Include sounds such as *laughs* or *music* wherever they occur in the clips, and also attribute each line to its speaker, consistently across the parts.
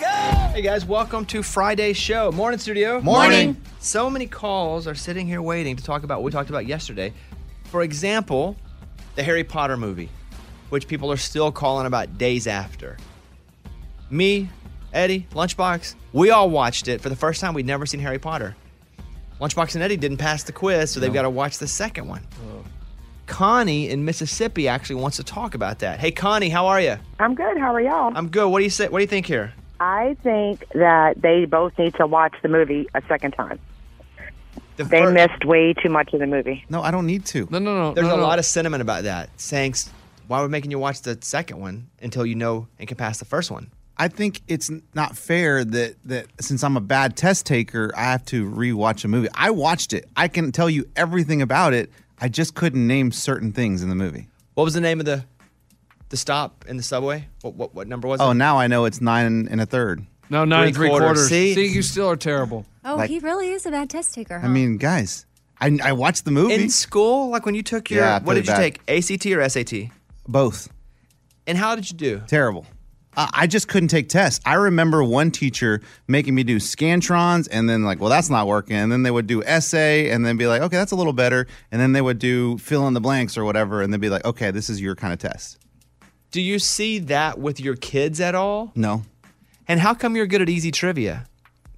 Speaker 1: Hey guys, welcome to Friday's show. Morning, studio.
Speaker 2: Morning.
Speaker 1: So many calls are sitting here waiting to talk about what we talked about yesterday. For example, the Harry Potter movie, which people are still calling about days after. Me, Eddie, Lunchbox, we all watched it for the first time. We'd never seen Harry Potter. Lunchbox and Eddie didn't pass the quiz, so they've got to watch the second one. Connie in Mississippi actually wants to talk about that. Hey, Connie, how are you?
Speaker 3: I'm good. How are y'all?
Speaker 1: I'm good. What do you say? What do you think here?
Speaker 3: I think that they both need to watch the movie a second time.
Speaker 1: The
Speaker 3: They
Speaker 1: fir-
Speaker 3: missed way too much of the movie.
Speaker 2: No, I don't need to.
Speaker 4: No, no, no.
Speaker 1: There's
Speaker 4: no,
Speaker 1: a
Speaker 4: no.
Speaker 1: lot of sentiment about that, saying s- why we're making you watch the second one until you know and can pass the first one.
Speaker 2: I think it's n- not fair that that since I'm a bad test taker, I have to rewatch a movie. I watched it. I can tell you everything about it. I just couldn't name certain things in the movie.
Speaker 1: What was the name of the the stop in the subway? What what, what number was
Speaker 2: Oh,
Speaker 1: it?
Speaker 2: now I know it's nine and a third.
Speaker 4: No, nine
Speaker 1: Three
Speaker 4: and three
Speaker 1: quarters.
Speaker 4: quarters.
Speaker 1: See?
Speaker 4: See? you still are terrible.
Speaker 5: Oh,
Speaker 2: Like-
Speaker 5: he really is a bad test taker, huh?
Speaker 2: I mean, guys, I I watched the movie.
Speaker 1: In school, like when you took your
Speaker 2: Yeah, I
Speaker 1: what
Speaker 2: put
Speaker 1: did
Speaker 2: it
Speaker 1: you
Speaker 2: back.
Speaker 1: take? ACT or SAT?
Speaker 2: Both
Speaker 1: And how did you do?
Speaker 2: terrible. Uh, I just couldn't take tests. I remember one teacher making me do scantrons, and then like, well, that's not working. And then they would do essay, and then be like, okay, that's a little better. And then they would do fill in the blanks or whatever, and they'd be like, okay, this is your kind of test.
Speaker 1: Do you see that with your kids at all?
Speaker 2: No,
Speaker 1: And how come you're good at easy trivia?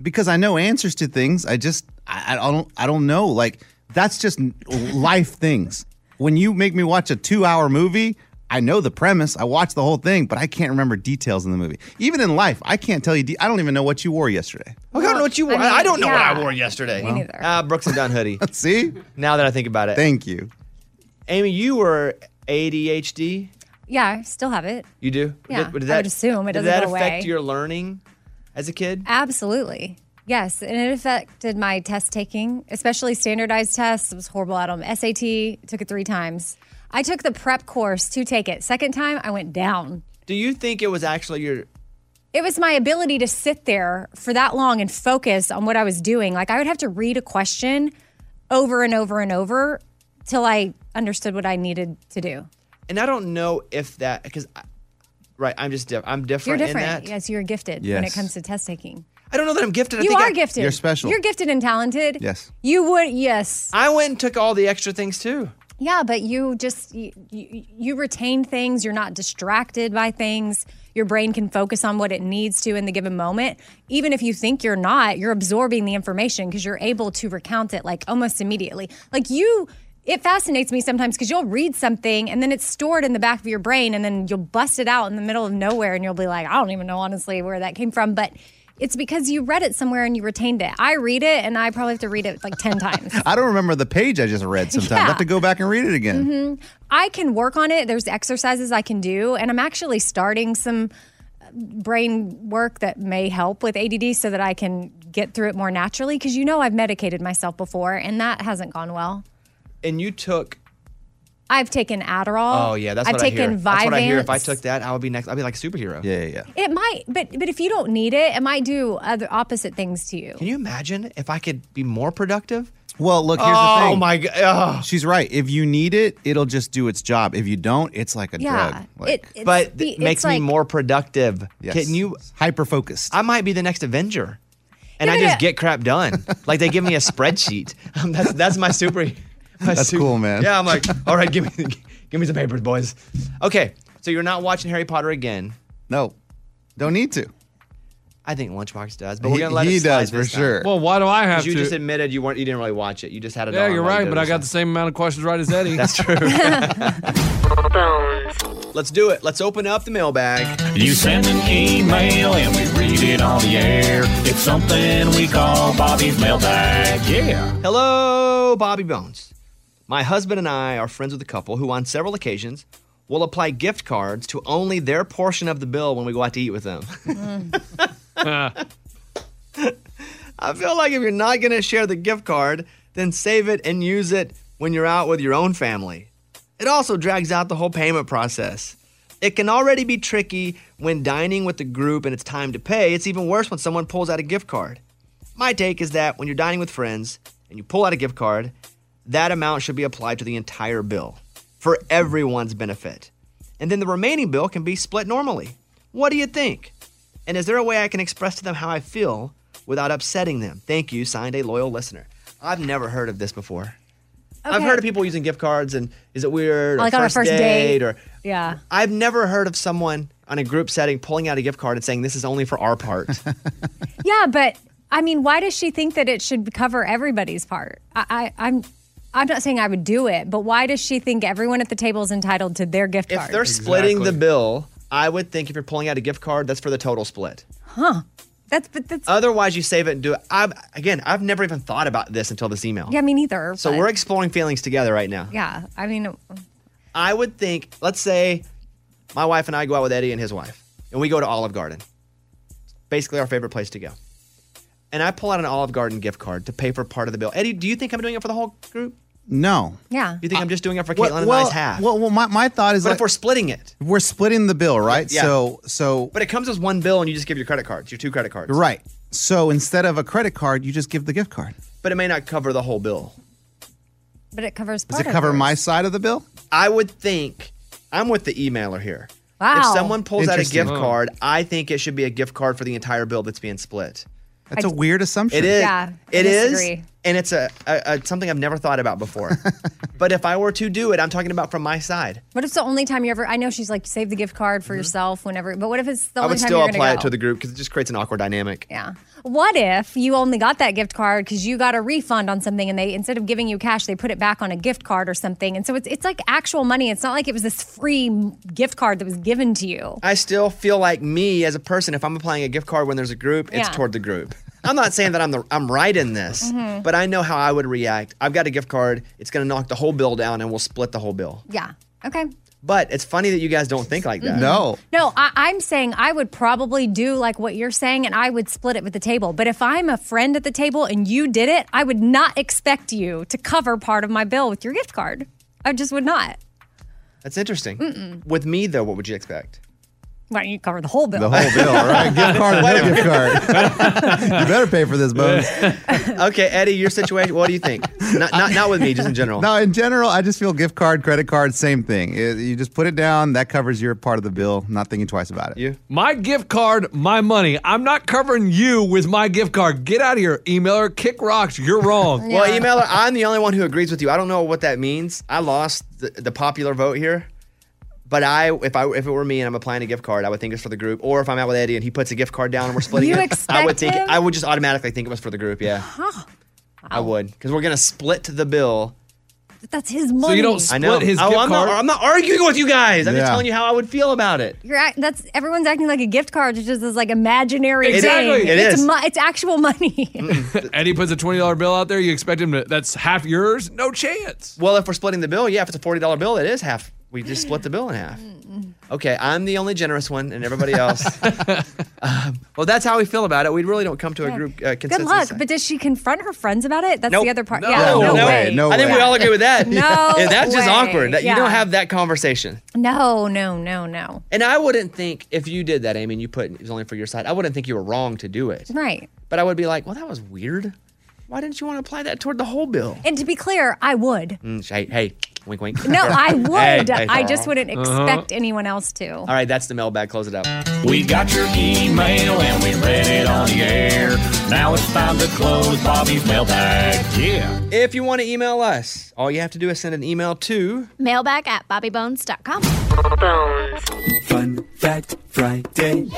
Speaker 2: because I know answers to things. I just I, I don't I don't know. Like that's just n- life things. When you make me watch a two-hour movie, I know the premise. I watch the whole thing, but I can't remember details in the movie. Even in life, I can't tell you. De- I don't even know what you wore yesterday. *laughs*
Speaker 1: Oh, I don't know what you wore. I,
Speaker 5: mean,
Speaker 1: I don't know what I
Speaker 5: yeah.
Speaker 1: wore yesterday.
Speaker 5: Me neither.
Speaker 1: Ah, Brooks and
Speaker 2: *laughs*
Speaker 1: Dunn hoodie.
Speaker 2: See?
Speaker 1: now that I think about it,
Speaker 2: Thank you.
Speaker 1: Amy, you were ADHD.
Speaker 5: yeah, I still have it.
Speaker 1: You do?
Speaker 5: Yeah, I would assume. It
Speaker 1: did
Speaker 5: doesn't
Speaker 1: that
Speaker 5: go
Speaker 1: affect
Speaker 5: away.
Speaker 1: your learning as a kid?
Speaker 5: Absolutely. Yes, and it affected my test taking, especially standardized tests. It was horrible at them. SAT took it three times. I took the prep course to take it. Second time, I went down.
Speaker 1: Do you think it was actually your?
Speaker 5: It was my ability to sit there for that long and focus on what I was doing. Like I would have to read a question over and over and over till I understood what I needed to do.
Speaker 1: And I don't know if that because, right, I'm just diff- I'm
Speaker 5: You're
Speaker 1: different, in
Speaker 5: different.
Speaker 1: that.
Speaker 5: Yes, you're gifted when it
Speaker 2: Yes.
Speaker 5: comes to test taking.
Speaker 1: I don't know that I'm gifted. I
Speaker 5: You
Speaker 1: think
Speaker 5: are
Speaker 1: I,
Speaker 5: gifted.
Speaker 2: You're special.
Speaker 5: You're gifted and talented.
Speaker 2: Yes.
Speaker 5: You would, yes.
Speaker 1: I went and took all the extra things too.
Speaker 5: Yeah, but you just, you, you, you retain things. You're not distracted by things. Your brain can focus on what it needs to in the given moment. Even if you think you're not, you're absorbing the information because you're able to recount it like almost immediately. Like you, it fascinates me sometimes because you'll read something and then it's stored in the back of your brain and then you'll bust it out in the middle of nowhere and you'll be like, I don't even know honestly where that came from. But it's because you read it somewhere and you retained it. I read it and I probably have to read it like 10 times.
Speaker 2: I don't remember the page I just read sometimes.
Speaker 5: *laughs*
Speaker 2: I
Speaker 5: Yeah. Mm-hmm.
Speaker 2: have to go back and read it again.
Speaker 5: I can work on it. There's exercises I can do, and I'm actually starting some uh, brain work that may help with ADD so that I can get through it more naturally. Because you know, I've medicated myself before, and that hasn't gone well.
Speaker 1: And you took.
Speaker 5: I've taken Adderall.
Speaker 1: Oh yeah, that's
Speaker 5: I've
Speaker 1: what I
Speaker 5: taken
Speaker 1: hear.
Speaker 5: Vyvanse.
Speaker 1: That's what I hear. If I took that, I would be next. I'd be like a superhero.
Speaker 2: Yeah, yeah, yeah.
Speaker 5: it might, but but if you don't need it, it might do other opposite things to you.
Speaker 1: Can you imagine if I could be more productive?
Speaker 2: Well, look, here's the
Speaker 1: oh
Speaker 2: thing.
Speaker 1: my god. Oh.
Speaker 2: She's right. If you need it, it'll just do its job. If you don't, it's like a
Speaker 5: Yeah,
Speaker 2: drug. Like,
Speaker 5: it it's
Speaker 1: But
Speaker 5: the-
Speaker 1: it
Speaker 5: it's
Speaker 1: makes
Speaker 5: like-
Speaker 1: me more productive. Can you?
Speaker 2: hyper focused?
Speaker 1: I might be the next Avenger. And
Speaker 5: Yeah,
Speaker 1: I
Speaker 5: but
Speaker 1: just
Speaker 5: it-
Speaker 1: get crap done. Like they give me a spreadsheet. *laughs* Um, that's that's my super. My
Speaker 2: That's cool, man.
Speaker 1: Yeah, I'm like, all right, give me *laughs* give me some papers, boys. Okay, so you're not watching Harry Potter again.
Speaker 2: No, don't need to.
Speaker 1: I think Lunchbox does, but we're
Speaker 2: He-
Speaker 1: gonna let
Speaker 2: he
Speaker 1: it slide
Speaker 2: does,
Speaker 1: this
Speaker 2: for
Speaker 1: time.
Speaker 2: sure.
Speaker 4: Well, why do I
Speaker 1: 'Cause
Speaker 4: have
Speaker 1: You
Speaker 4: to?
Speaker 1: just admitted you weren't you didn't really watch it. You just had it.
Speaker 4: yeah,
Speaker 1: on
Speaker 4: you're
Speaker 1: while you
Speaker 4: right,
Speaker 1: did
Speaker 4: but
Speaker 1: it
Speaker 4: I
Speaker 1: or
Speaker 4: got the
Speaker 1: something.
Speaker 4: same amount of questions right as *laughs* Eddie.
Speaker 1: That's true.
Speaker 4: *laughs*
Speaker 1: *laughs* Let's do it. Let's open up the mailbag.
Speaker 6: You send an email and we read it on the air. It's something we call Bobby's mailbag. Yeah.
Speaker 1: Hello, Bobby Bones. My husband and I are friends with a couple who, on several occasions, will apply gift cards to only their portion of the bill when we go out to eat with them. *laughs* I feel like if you're not going to share the gift card, then save it and use it when you're out with your own family. It also drags out the whole payment process. It can already be tricky when dining with the group and it's time to pay. It's even worse when someone pulls out a gift card. My take is that when you're dining with friends and you pull out a gift card, that amount should be applied to the entire bill for everyone's benefit. And then the remaining bill can be split normally. What do you think? And is there a way I can express to them how I feel without upsetting them? Thank you, signed a loyal listener. I've never heard of this before. I've
Speaker 5: Okay.
Speaker 1: heard of people using gift cards and is it weird? Or
Speaker 5: Like on a first date.
Speaker 1: or
Speaker 5: Yeah.
Speaker 1: I've never heard of someone on a group setting pulling out a gift card and saying this is only for
Speaker 5: *laughs*
Speaker 1: our part.
Speaker 5: Yeah, but I mean, why does she think that it should cover everybody's part? I, I, I'm. I'm not saying I would do it, but why does she think everyone at the table is entitled to their gift
Speaker 1: if
Speaker 5: card?
Speaker 1: they're splitting the
Speaker 4: Exactly.
Speaker 1: bill, I would think if you're pulling out a gift card, that's for the total split.
Speaker 5: That's but that's
Speaker 1: Otherwise, you save it and do it. I've, again, I've never even thought about this until this email.
Speaker 5: yeah, me neither.
Speaker 1: So
Speaker 5: but-
Speaker 1: we're exploring feelings together right now.
Speaker 5: yeah. I mean, uh,
Speaker 1: I would think, let's say my wife and I go out with Eddie and his wife, and we go to Olive Garden. Basically, our favorite place to go. And I pull out an Olive Garden gift card to pay for part of the bill. Eddie, do you think I'm doing it for the whole group?
Speaker 2: No.
Speaker 5: yeah.
Speaker 1: You think I'm just doing it for Caitlin
Speaker 2: Well,
Speaker 1: and
Speaker 2: well,
Speaker 1: I's half?
Speaker 2: Well, well, my, my thought is
Speaker 1: but
Speaker 2: like,
Speaker 1: if we're splitting it,
Speaker 2: we're splitting the bill, right?
Speaker 1: Yeah.
Speaker 2: So so
Speaker 1: but it comes as one bill and you just give your credit cards, your two credit cards.
Speaker 2: right. So instead of a credit card, you just give the gift card.
Speaker 1: But it may not cover the whole bill.
Speaker 5: but it covers.
Speaker 2: Does
Speaker 5: part
Speaker 2: it
Speaker 5: of
Speaker 2: cover
Speaker 5: hers.
Speaker 2: my side of the bill?
Speaker 1: I would think I'm with the emailer here.
Speaker 5: Wow.
Speaker 1: If someone pulls out a
Speaker 2: Interesting.
Speaker 1: gift card, I think it should be a gift card for the entire bill that's being split.
Speaker 2: That's a
Speaker 5: I-
Speaker 2: weird assumption.
Speaker 1: It is.
Speaker 5: Yeah, I
Speaker 1: it is.
Speaker 5: disagree.
Speaker 1: And it's a, a, a something I've never thought about before. but if I were to do it, I'm talking about from my side.
Speaker 5: What if it's the only time you ever? I know she's like save the gift card for yourself whenever. But what if it's the
Speaker 1: Mm-hmm. I
Speaker 5: only
Speaker 1: would
Speaker 5: time
Speaker 1: still
Speaker 5: you're gonna
Speaker 1: apply it
Speaker 5: go?
Speaker 1: to the group because it just creates an awkward dynamic.
Speaker 5: Yeah. What if you only got that gift card because you got a refund on something, and they instead of giving you cash, they put it back on a gift card or something, and so it's it's like actual money. It's not like it was this free m- gift card that was given to you.
Speaker 1: I still feel like me as a person, if I'm applying a gift card when there's a group, it's
Speaker 5: Yeah.
Speaker 1: toward the group. I'm not saying that I'm the I'm right in this, but I know how I would react. I've got a gift card. It's going to knock the whole bill down, and we'll split the whole bill.
Speaker 5: Yeah. Okay.
Speaker 1: But it's funny that you guys don't think like that.
Speaker 2: No.
Speaker 5: No, I, I'm saying I would probably do like what you're saying, and I would split it with the table. But if I'm a friend at the table and you did it, I would not expect you to cover part of my bill with your gift card. I just would not.
Speaker 1: That's interesting. With me though, what would you expect?
Speaker 5: Why don't you cover the whole bill?
Speaker 2: The whole
Speaker 1: *laughs*
Speaker 2: bill, right? Gift card or no gift card. *laughs* you better pay for this, Bones.
Speaker 1: Okay, Eddie, your situation. What do you think? Not not not with me, just in general.
Speaker 2: No, in general, I just feel gift card, credit card, same thing. It- you just put it down. That covers your part of the bill. Not thinking twice about it.
Speaker 1: You?
Speaker 4: My gift card, my money. I'm not covering you with my gift card. Get out of here, emailer. Kick rocks. You're
Speaker 7: *laughs*
Speaker 4: wrong.
Speaker 1: Well, emailer, I'm the only one who agrees with you. I don't know what that means. I lost the, the popular vote here, but I, if I, if it were me and I'm applying a gift card, I would think it's for the group. Or if I'm out with Eddie and he puts a gift card down and we're splitting
Speaker 5: You
Speaker 1: it, I would
Speaker 5: expect
Speaker 1: think
Speaker 5: him?
Speaker 1: I would just automatically think it was for the group. Yeah, I would because we're gonna split the bill.
Speaker 5: That's his money.
Speaker 4: you don't
Speaker 1: I know.
Speaker 4: Split his
Speaker 1: oh,
Speaker 4: gift
Speaker 1: I'm
Speaker 4: card?
Speaker 1: not. I'm not arguing with you guys. I'm just
Speaker 2: Yeah.
Speaker 1: telling you how I would feel about it.
Speaker 5: You're act, that's everyone's acting like a gift card is just this like imaginary
Speaker 4: Exactly.
Speaker 5: thing.
Speaker 1: It
Speaker 5: it's
Speaker 1: is.
Speaker 5: mo- it's actual money.
Speaker 4: Eddie puts a twenty dollar bill out there. You expect him to? That's half yours. No chance.
Speaker 1: Well, if we're splitting the bill, yeah, if it's a forty dollar bill, it is half. We just split the bill in half. Okay, I'm the only generous one, and everybody else.
Speaker 5: *laughs*
Speaker 1: Um, well, that's how we feel about it. We really don't come to a group uh, consensus.
Speaker 5: Good luck. But does she confront her friends about it? That's
Speaker 1: Nope.
Speaker 5: the other part.
Speaker 4: No.
Speaker 5: yeah,
Speaker 2: No
Speaker 5: no,
Speaker 2: way.
Speaker 5: way.
Speaker 2: No
Speaker 1: I think
Speaker 2: way.
Speaker 1: we all agree with
Speaker 5: *laughs*
Speaker 1: that.
Speaker 5: No
Speaker 1: *laughs* Yeah, that's just
Speaker 5: way.
Speaker 1: awkward. That- You
Speaker 5: Yeah.
Speaker 1: don't have that conversation.
Speaker 5: No, no, no, no.
Speaker 1: And I wouldn't think if you did that, Amy, and you put it was only for your side. I wouldn't think you were wrong to do it.
Speaker 5: Right.
Speaker 1: But I would be like, well, that was weird. Why didn't you want to apply that toward the whole bill?
Speaker 5: And to be clear, I would.
Speaker 1: Mm, hey, hey, wink, wink.
Speaker 5: No, I would.
Speaker 1: Hey, hey.
Speaker 5: I just wouldn't
Speaker 8: Uh-huh.
Speaker 5: expect anyone else to.
Speaker 1: *laughs* All right, that's the mailbag. Close it up.
Speaker 6: We got your email and we read it on the air. Now it's time to close Bobby's mailbag. Yeah.
Speaker 1: If you want to email us, all you have to do is send an email to
Speaker 8: Mailbag at bobbybones.com.
Speaker 9: Fun Fact Friday.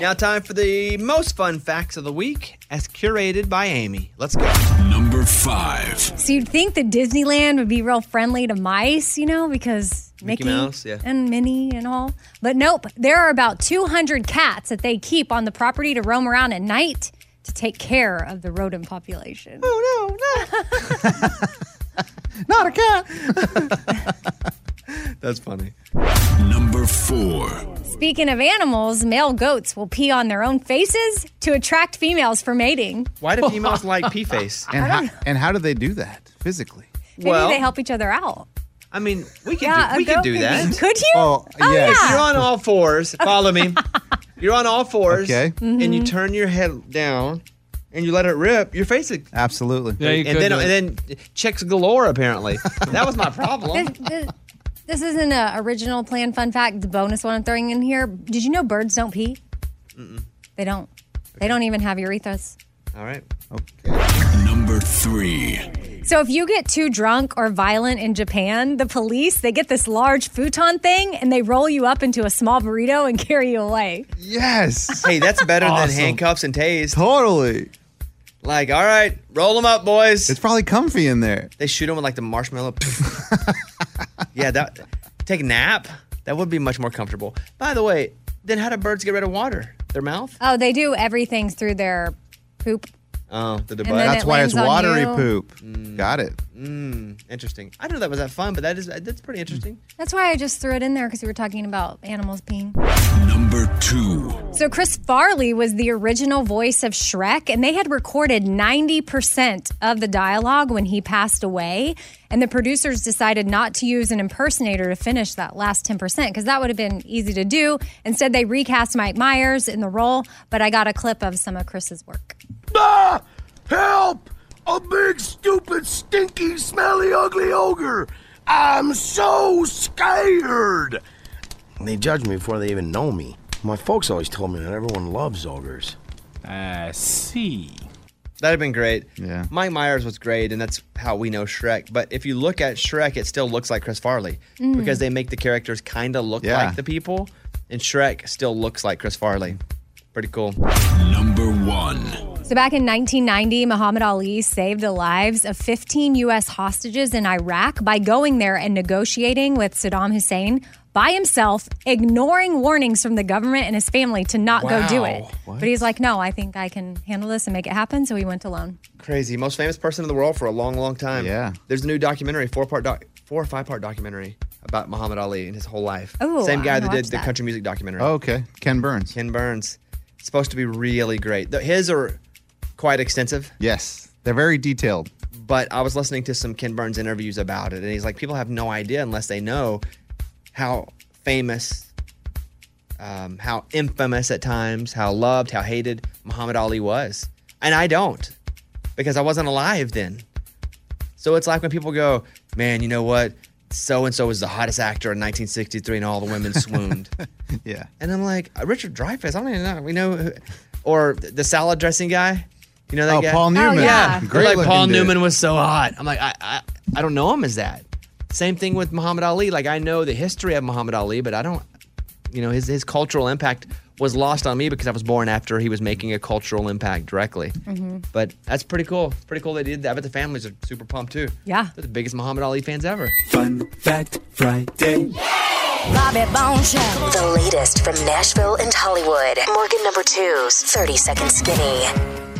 Speaker 1: Now, time for the most fun facts of the week as curated by Amy. Let's go.
Speaker 9: Number five.
Speaker 5: So you'd think that Disneyland would be real friendly to mice, you know, because
Speaker 1: Mickey
Speaker 5: Mickey,
Speaker 1: Mouse, yeah.
Speaker 5: and Minnie and all. But nope, there are about 200 cats that they keep on the property to roam around at night to take care of the rodent population.
Speaker 1: Oh, no, no.
Speaker 2: Not a cat.
Speaker 1: That's funny.
Speaker 9: Number four.
Speaker 5: Speaking of animals, male goats will pee on their own faces to attract females for mating.
Speaker 1: Why do females like pee face?
Speaker 2: And how, and how do they do that physically?
Speaker 5: Maybe
Speaker 1: Well-
Speaker 5: they help each other out.
Speaker 1: I mean, we could
Speaker 5: Yeah,
Speaker 1: do,
Speaker 5: a
Speaker 1: we could
Speaker 5: goat
Speaker 1: do
Speaker 5: could
Speaker 1: that.
Speaker 5: be- Could you?
Speaker 2: Oh, yes.
Speaker 5: yeah.
Speaker 1: You're on all fours. Follow me. You're on all fours.
Speaker 2: Okay.
Speaker 1: And you turn your head down and you let it rip. Your face. is-
Speaker 2: Absolutely.
Speaker 4: Yeah, you
Speaker 1: And
Speaker 4: could
Speaker 1: then,
Speaker 4: do it.
Speaker 1: and then chicks galore, apparently. that was
Speaker 5: *laughs*
Speaker 1: my problem.
Speaker 5: This- this- This isn't an original plan fun fact, the bonus one I'm throwing in here. Did you know birds don't pee? They don't. They don't even have urethras.
Speaker 1: All right.
Speaker 9: Number three.
Speaker 5: So if you get too drunk or violent in Japan, the police they get this large futon thing and they roll you up into a small burrito and *laughs* carry you away.
Speaker 2: Yes.
Speaker 1: Hey, that's better
Speaker 4: Awesome.
Speaker 1: than handcuffs and tased.
Speaker 2: totally.
Speaker 1: Like, all right, roll them up, boys.
Speaker 2: It's probably comfy in there.
Speaker 1: they shoot them with like the marshmallow. *laughs* yeah, that. Take a nap. That would be much more comfortable. By the way, then how do birds get rid of water? Their mouth?
Speaker 5: Oh, they do everything through their poop.
Speaker 1: Oh, through the
Speaker 5: And
Speaker 1: butt.
Speaker 5: then
Speaker 2: That's
Speaker 5: it
Speaker 2: why it's
Speaker 5: lands on
Speaker 2: watery
Speaker 5: you.
Speaker 2: poop.
Speaker 1: Mm.
Speaker 2: Got it.
Speaker 1: interesting. I don't know that was that fun, but that is that's
Speaker 7: *laughs*
Speaker 1: pretty interesting.
Speaker 5: That's why I just threw it in there because we were talking about animals peeing.
Speaker 9: Number two.
Speaker 5: So Chris Farley was the original voice of Shrek, and they had recorded 90% of the dialogue when he passed away. And the producers decided not to use an impersonator to finish that last 10% because that would have been easy to do. Instead, they recast Mike Myers in the role, but I got a clip of some of Chris's work.
Speaker 7: Ah! Help! A big, stupid, stinky, smelly, ugly ogre! I'm so scared! They judge me before they even know me. My folks always told me that everyone loves ogres.
Speaker 6: I see.
Speaker 1: That'd have been great.
Speaker 2: Yeah.
Speaker 1: Mike Myers was great, and that's how we know Shrek. But if you look at Shrek, it still looks like Chris Farley
Speaker 5: Mm.
Speaker 1: because they make the characters kind of look
Speaker 2: Yeah.
Speaker 1: like the people, and Shrek still looks like Chris Farley. Pretty cool.
Speaker 9: Number one.
Speaker 5: So back in 1990, Muhammad Ali saved the lives of 15 U.S. hostages in Iraq by going there and negotiating with Saddam Hussein by himself, ignoring warnings from the government and his family to not go do it. But he's like, no, I think I can handle this and make it happen. So he went alone.
Speaker 1: Crazy. Most famous person in the world for a long, long time.
Speaker 2: Yeah.
Speaker 1: There's a new documentary, four part doc, four or five part documentary about Muhammad Ali and his whole life.
Speaker 5: Oh,
Speaker 1: Same
Speaker 5: I
Speaker 1: guy
Speaker 5: wanna
Speaker 1: that did
Speaker 5: watch
Speaker 1: the
Speaker 5: that.
Speaker 1: country music documentary.
Speaker 2: Oh, okay. Ken Burns.
Speaker 1: Ken Burns. It's supposed to be really great. The- His are quite extensive.
Speaker 2: Yes. They're very detailed. *laughs*
Speaker 1: but I was listening to some Ken Burns interviews about it, and he's like, people have no idea unless they know how famous, um, how infamous at times, how loved, how hated Muhammad Ali was. And I don't because I wasn't alive then. So it's like when people go, man, you know what? So and so was the hottest actor in 1963, and all the
Speaker 2: *laughs*
Speaker 1: women swooned.
Speaker 2: Yeah.
Speaker 1: And I'm like, Richard Dreyfuss, I don't even know. We know, who, or the salad dressing guy. You know that
Speaker 2: Oh,
Speaker 1: guy?
Speaker 2: Paul Newman.
Speaker 5: yeah.
Speaker 2: *laughs*
Speaker 1: They're
Speaker 2: Great
Speaker 1: like Paul
Speaker 2: looking dude.
Speaker 1: Newman was so hot. I'm like, I, I, I don't know him as that. Same thing with Muhammad Ali. Like I know the history of Muhammad Ali, but I don't, you know, his his cultural impact was lost on me because I was born after he was making a cultural impact directly.
Speaker 2: Mm-hmm.
Speaker 1: But that's pretty cool. It's pretty cool they did that. I bet the families are super pumped too.
Speaker 5: Yeah.
Speaker 1: They're the biggest Muhammad Ali fans ever.
Speaker 9: Fun Fact Friday.
Speaker 8: Bobby Bone Show.
Speaker 10: The latest from Nashville and Hollywood. Morgan number two's 30 Second Skinny.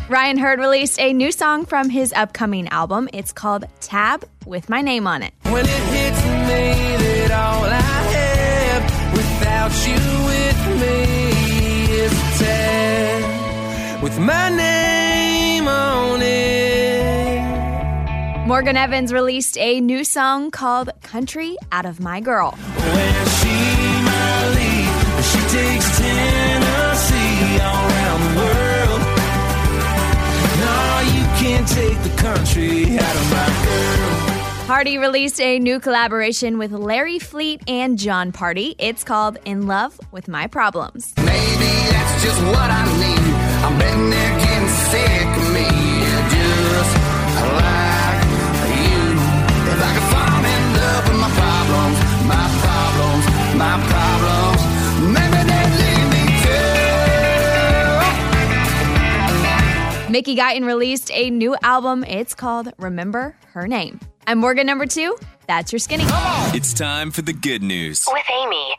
Speaker 8: Ryan Hurd released a new song from his upcoming album. It's called Tab with my name on it.
Speaker 7: When it hits me that all I have without you with me is a tab with my name on it.
Speaker 8: Morgan Evans released a new song called Country Out of My Girl.
Speaker 7: When she my lead, she takes Tennessee all around the world. No, you can't take the country out of my girl.
Speaker 8: Hardy released a new collaboration with Larry Fleet and John Party. It's called In Love with My Problems.
Speaker 7: Maybe that's just what I need. I'm betting they're getting sick of me. Just like you. If I could fall in love with my problems, my problems, my problems, maybe they'd leave me too.
Speaker 8: Mickey Guyton released a new album. It's called Remember Her Name. I'm Morgan number two. That's your skinny.
Speaker 9: It's time for the good news.
Speaker 10: With Amy.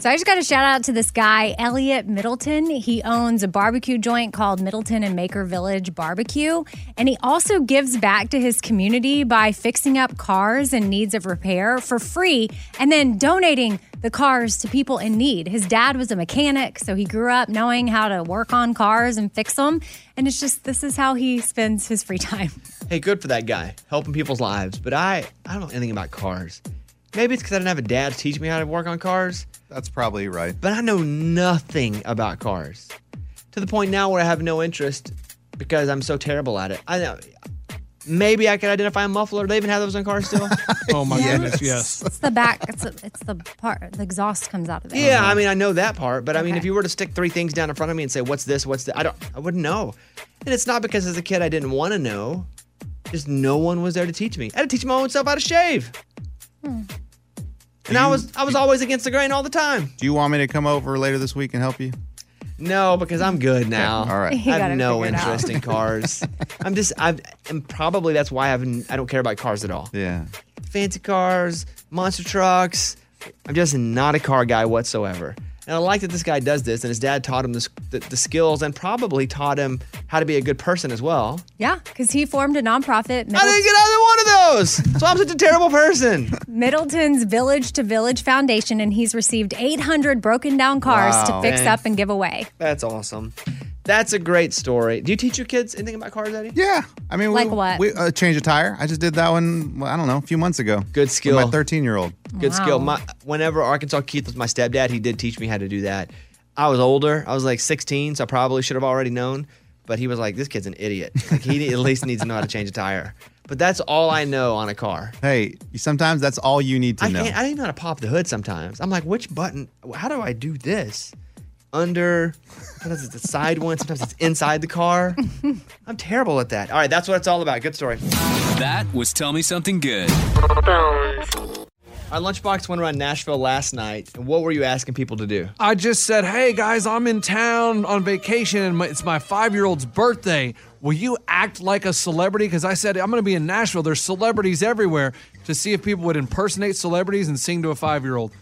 Speaker 5: So I just got a shout out to this guy, Elliot Middleton. He owns a barbecue joint called Middleton and Maker Village Barbecue. And he also gives back to his community by fixing up cars in needs of repair for free and then donating the cars to people in need. His dad was a mechanic, so he grew up knowing how to work on cars and fix them. And it's just, this is how he spends his free time. *laughs*
Speaker 1: Hey, good for that guy helping people's lives. But I, I don't know anything about cars. Maybe it's because I didn't have a dad to teach me how to work on cars.
Speaker 2: That's probably right.
Speaker 1: but I know nothing about cars to the point now where I have no interest because I'm so terrible at it. I know Maybe I could identify a muffler. Do they even have those in cars still?
Speaker 4: oh my goodness, yes.
Speaker 5: It's the back. It's, the- it's the part. The exhaust comes out of it.
Speaker 1: Yeah, I mean, I know that part, but I mean,
Speaker 5: Okay.
Speaker 1: if you were to stick three things down in front of me and say, "What's this? What's that?" I don't, I wouldn't know. And it's not because as a kid I didn't want to know. Just no one was there to teach me. I had to teach my own self how to shave, and I was I was always against the grain all the time.
Speaker 2: Do you want me to come over later this week and help you?
Speaker 1: No, because I'm good now.
Speaker 2: All right.
Speaker 1: I have no interest in cars. I'm just I've and probably that's why I've n- I don't care about cars at all.
Speaker 2: Yeah.
Speaker 1: Fancy cars, monster trucks. I'm just not a car guy whatsoever. And I like that this guy does this, and his dad taught him this, the, the skills and probably taught him how to be a good person as well.
Speaker 5: Yeah, because he formed a nonprofit.
Speaker 1: I didn't get either one of those. So I'm such a terrible person.
Speaker 5: Middleton's Village to Village Foundation, and he's received 800 broken down cars to
Speaker 1: Wow.
Speaker 5: fix
Speaker 1: Dang.
Speaker 5: up and give away.
Speaker 1: That's awesome. That's a great story. Do you teach your kids anything about cars, Eddie?
Speaker 2: Yeah. I mean,
Speaker 5: Like
Speaker 2: we,
Speaker 5: what?
Speaker 2: We, uh, change a tire. I just did that one. well, I don't know, a few months ago.
Speaker 1: Good skill.
Speaker 2: With my 13 year old.
Speaker 1: Good
Speaker 5: Wow.
Speaker 1: skill. My whenever Arkansas Keith was my stepdad, he did teach me how to do that. I was older. I was like 16, so I probably should have already known. But he was like, "This kid's an idiot. Like he at least needs to know how to change a tire." But that's all I know on a car.
Speaker 2: Hey, sometimes that's all you need to
Speaker 1: I
Speaker 2: know.
Speaker 1: can't. I don't even know how to pop the hood. Sometimes I'm like, "Which button? How do I do this?" Under. Sometimes it's the side one. Sometimes it's inside the car. I'm terrible at that. All right, that's what it's all about. Good story.
Speaker 11: That was Tell Me Something Good.
Speaker 1: Our lunchbox went around Nashville last night. And what were you asking people to do?
Speaker 4: I just said, hey guys, I'm in town on vacation and my, it's my five year old's birthday. Will you act like a celebrity? Because I said, I'm going to be in Nashville. There's celebrities everywhere to see if people would impersonate celebrities and sing to a five year old.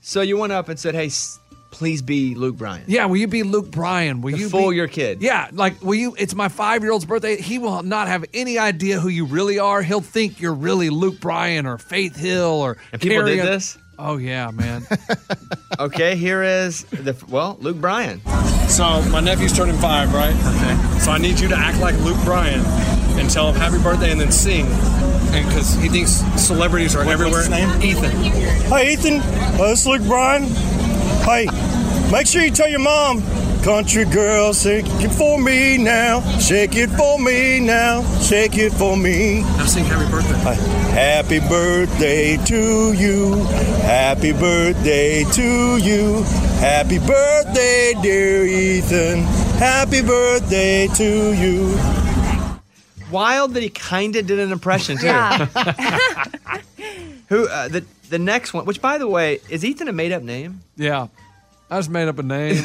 Speaker 1: So you went up and said, "Hey, s- please be Luke Bryan."
Speaker 4: Yeah, will you be Luke Bryan? Will
Speaker 1: To
Speaker 4: you
Speaker 1: fool
Speaker 4: be-
Speaker 1: your kid.
Speaker 4: Yeah, like will you? It's my five year old's birthday. He will not have any idea who you really are. He'll think you're really Luke Bryan or Faith Hill or.
Speaker 1: And people did
Speaker 4: Carrie-
Speaker 1: this?
Speaker 4: Oh yeah, man.
Speaker 1: Okay, here is the well, Luke Bryan.
Speaker 12: So my nephew's turning five,
Speaker 11: *laughs*
Speaker 12: right? Okay. So I need you to act like Luke Bryan and tell him happy birthday and then sing. And because he thinks celebrities are everywhere. Ethan.
Speaker 13: Hey, Ethan. Uh, this is Luke Bryan. Hey, make sure you tell your mom, country girl, shake it for me now. Shake it for me now. Shake it for me.
Speaker 12: Now sing happy birthday.
Speaker 13: Happy birthday to you. Happy birthday to you. Happy birthday, dear Ethan. Happy birthday to you.
Speaker 1: Wild that he kind of did an impression too.
Speaker 5: Yeah.
Speaker 1: *laughs* Who uh, the the next one? Which, by the way, is Ethan a made up name?
Speaker 4: yeah, I just made up a name.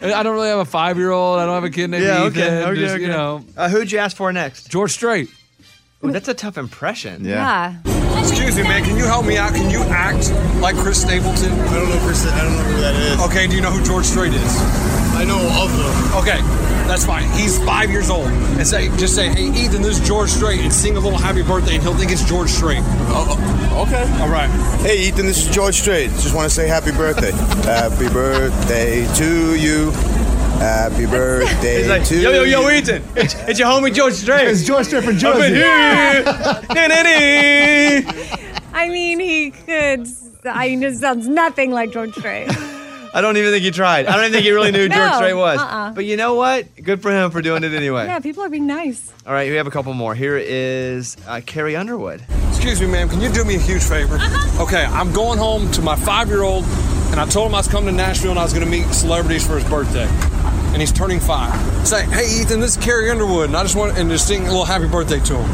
Speaker 4: And I don't really have a five year old. I don't have a kid named Ethan. just, You know,
Speaker 1: Uh, who'd you ask for next?
Speaker 4: George Strait.
Speaker 1: Ooh, that's a tough impression.
Speaker 5: yeah.
Speaker 12: Excuse me, man. Can you help me out? Can you act like Chris Stapleton?
Speaker 13: I don't know, Chris. I don't know who that is.
Speaker 12: Okay. Do you know who George Strait is?
Speaker 13: I know of them.
Speaker 12: Okay. That's fine. He's five years old, and say just say, "Hey, Ethan, this is George Strait," and sing a little happy birthday, and he'll think it's George Strait.
Speaker 13: Oh, Okay.
Speaker 12: All right.
Speaker 13: Hey Ethan, this is George Strait. Just want to say happy birthday. happy birthday to you. Happy birthday
Speaker 1: He's like,
Speaker 13: to
Speaker 1: yo, yo, yo,
Speaker 13: you.
Speaker 1: Ethan, it's, it's your homie George Strait.
Speaker 2: George Strait from Jersey.
Speaker 5: I mean, he could. I mean, it sounds nothing like George Strait.
Speaker 1: I don't even think he tried. I don't even think he really knew who George
Speaker 5: No,
Speaker 1: Strait was.
Speaker 5: uh-uh.
Speaker 1: But you know what? Good for him for doing it anyway.
Speaker 5: *laughs* yeah, people are being nice.
Speaker 1: All right, we have a couple more. Here is uh, Carrie Underwood.
Speaker 12: Excuse me, ma'am. Can you do me a huge favor? Okay, I'm going home to my five-year-old, and I told him I was coming to Nashville and I was going to meet celebrities for his birthday, and he's turning five. Say, hey, Ethan, this is Carrie Underwood, and I just want and just sing a little happy birthday to him.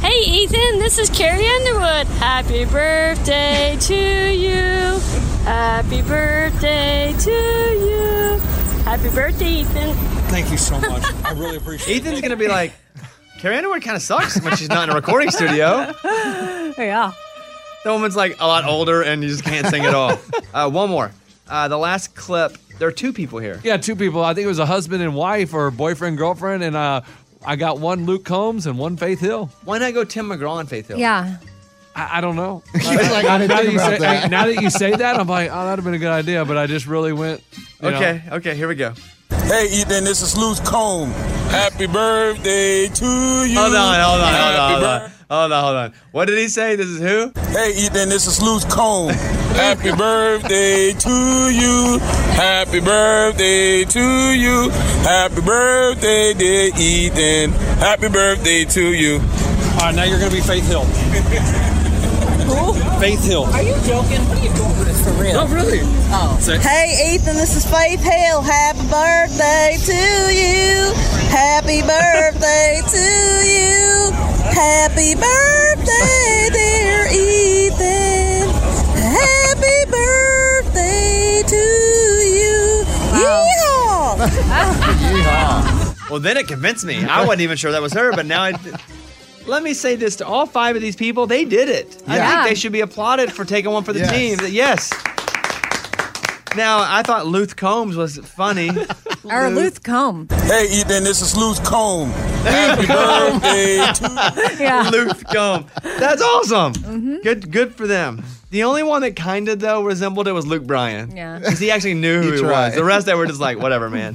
Speaker 14: Hey Ethan, this is Carrie Underwood. Happy birthday to you. Happy birthday to you. Happy birthday, Ethan.
Speaker 12: Thank you so much. I really appreciate it.
Speaker 1: Ethan's gonna be like, Carrie Underwood kind of sucks when she's not in a recording studio.
Speaker 5: Oh, Yeah.
Speaker 1: The woman's like a lot older and you just can't sing at all. Uh, one more. Uh, the last clip. There are two people here.
Speaker 4: Yeah, two people. I think it was a husband and wife or boyfriend girlfriend, and uh, I got one Luke Combs and one Faith Hill.
Speaker 1: Why not go Tim McGraw and Faith Hill?
Speaker 5: Yeah.
Speaker 4: I, I don't know.
Speaker 2: *laughs* like, I didn't
Speaker 4: now,
Speaker 2: think
Speaker 4: you
Speaker 2: about
Speaker 4: say,
Speaker 2: that.
Speaker 4: now that you say that, I'm like, oh, that'd have been a good idea, but I just really went. you know.
Speaker 1: Okay. Okay. Here we go.
Speaker 7: Hey, Ethan, this is Luke Combs. Happy birthday to you.
Speaker 1: Hold on. Hold on. Hold on. Hold on. Hold on, hold on. What did he say? This is who?
Speaker 15: Hey, Ethan, this is Luke
Speaker 1: *laughs*
Speaker 15: Combs. Happy birthday to you. Happy birthday to you. Happy birthday, dear Ethan. Happy birthday to you. All
Speaker 16: right, now you're going to be Faith Hill. Faith Hill.
Speaker 14: Are you joking? What are you doing with this for real?
Speaker 16: No, really.
Speaker 14: Oh.
Speaker 16: Say-
Speaker 14: Hey, Ethan, this is Faith Hill. Happy birthday to you. Happy birthday to you. Happy birthday, dear Ethan. Happy birthday to you. Yeehaw!
Speaker 1: Well, then it convinced me. I wasn't even sure that was her, but now I. Let me say this to all five of these people. They did it. I
Speaker 7: Yeah.
Speaker 1: think they should be applauded for taking one for the
Speaker 7: Yes.
Speaker 1: team. Yes. Now, I thought Luth Combs was funny.
Speaker 7: *laughs*
Speaker 5: Our Luth Comb.
Speaker 15: Hey, Ethan, this is Luke Combs.
Speaker 1: *laughs*
Speaker 15: Happy birthday
Speaker 5: Yeah.
Speaker 1: Luth Combs. That's awesome.
Speaker 7: Mm-hmm.
Speaker 1: Good good for them. The only one that kind of, though, resembled it was Luke Bryan.
Speaker 5: Yeah.
Speaker 1: Because he actually knew who
Speaker 7: He
Speaker 1: he
Speaker 7: tried.
Speaker 1: was. The rest, they were just like, whatever, man.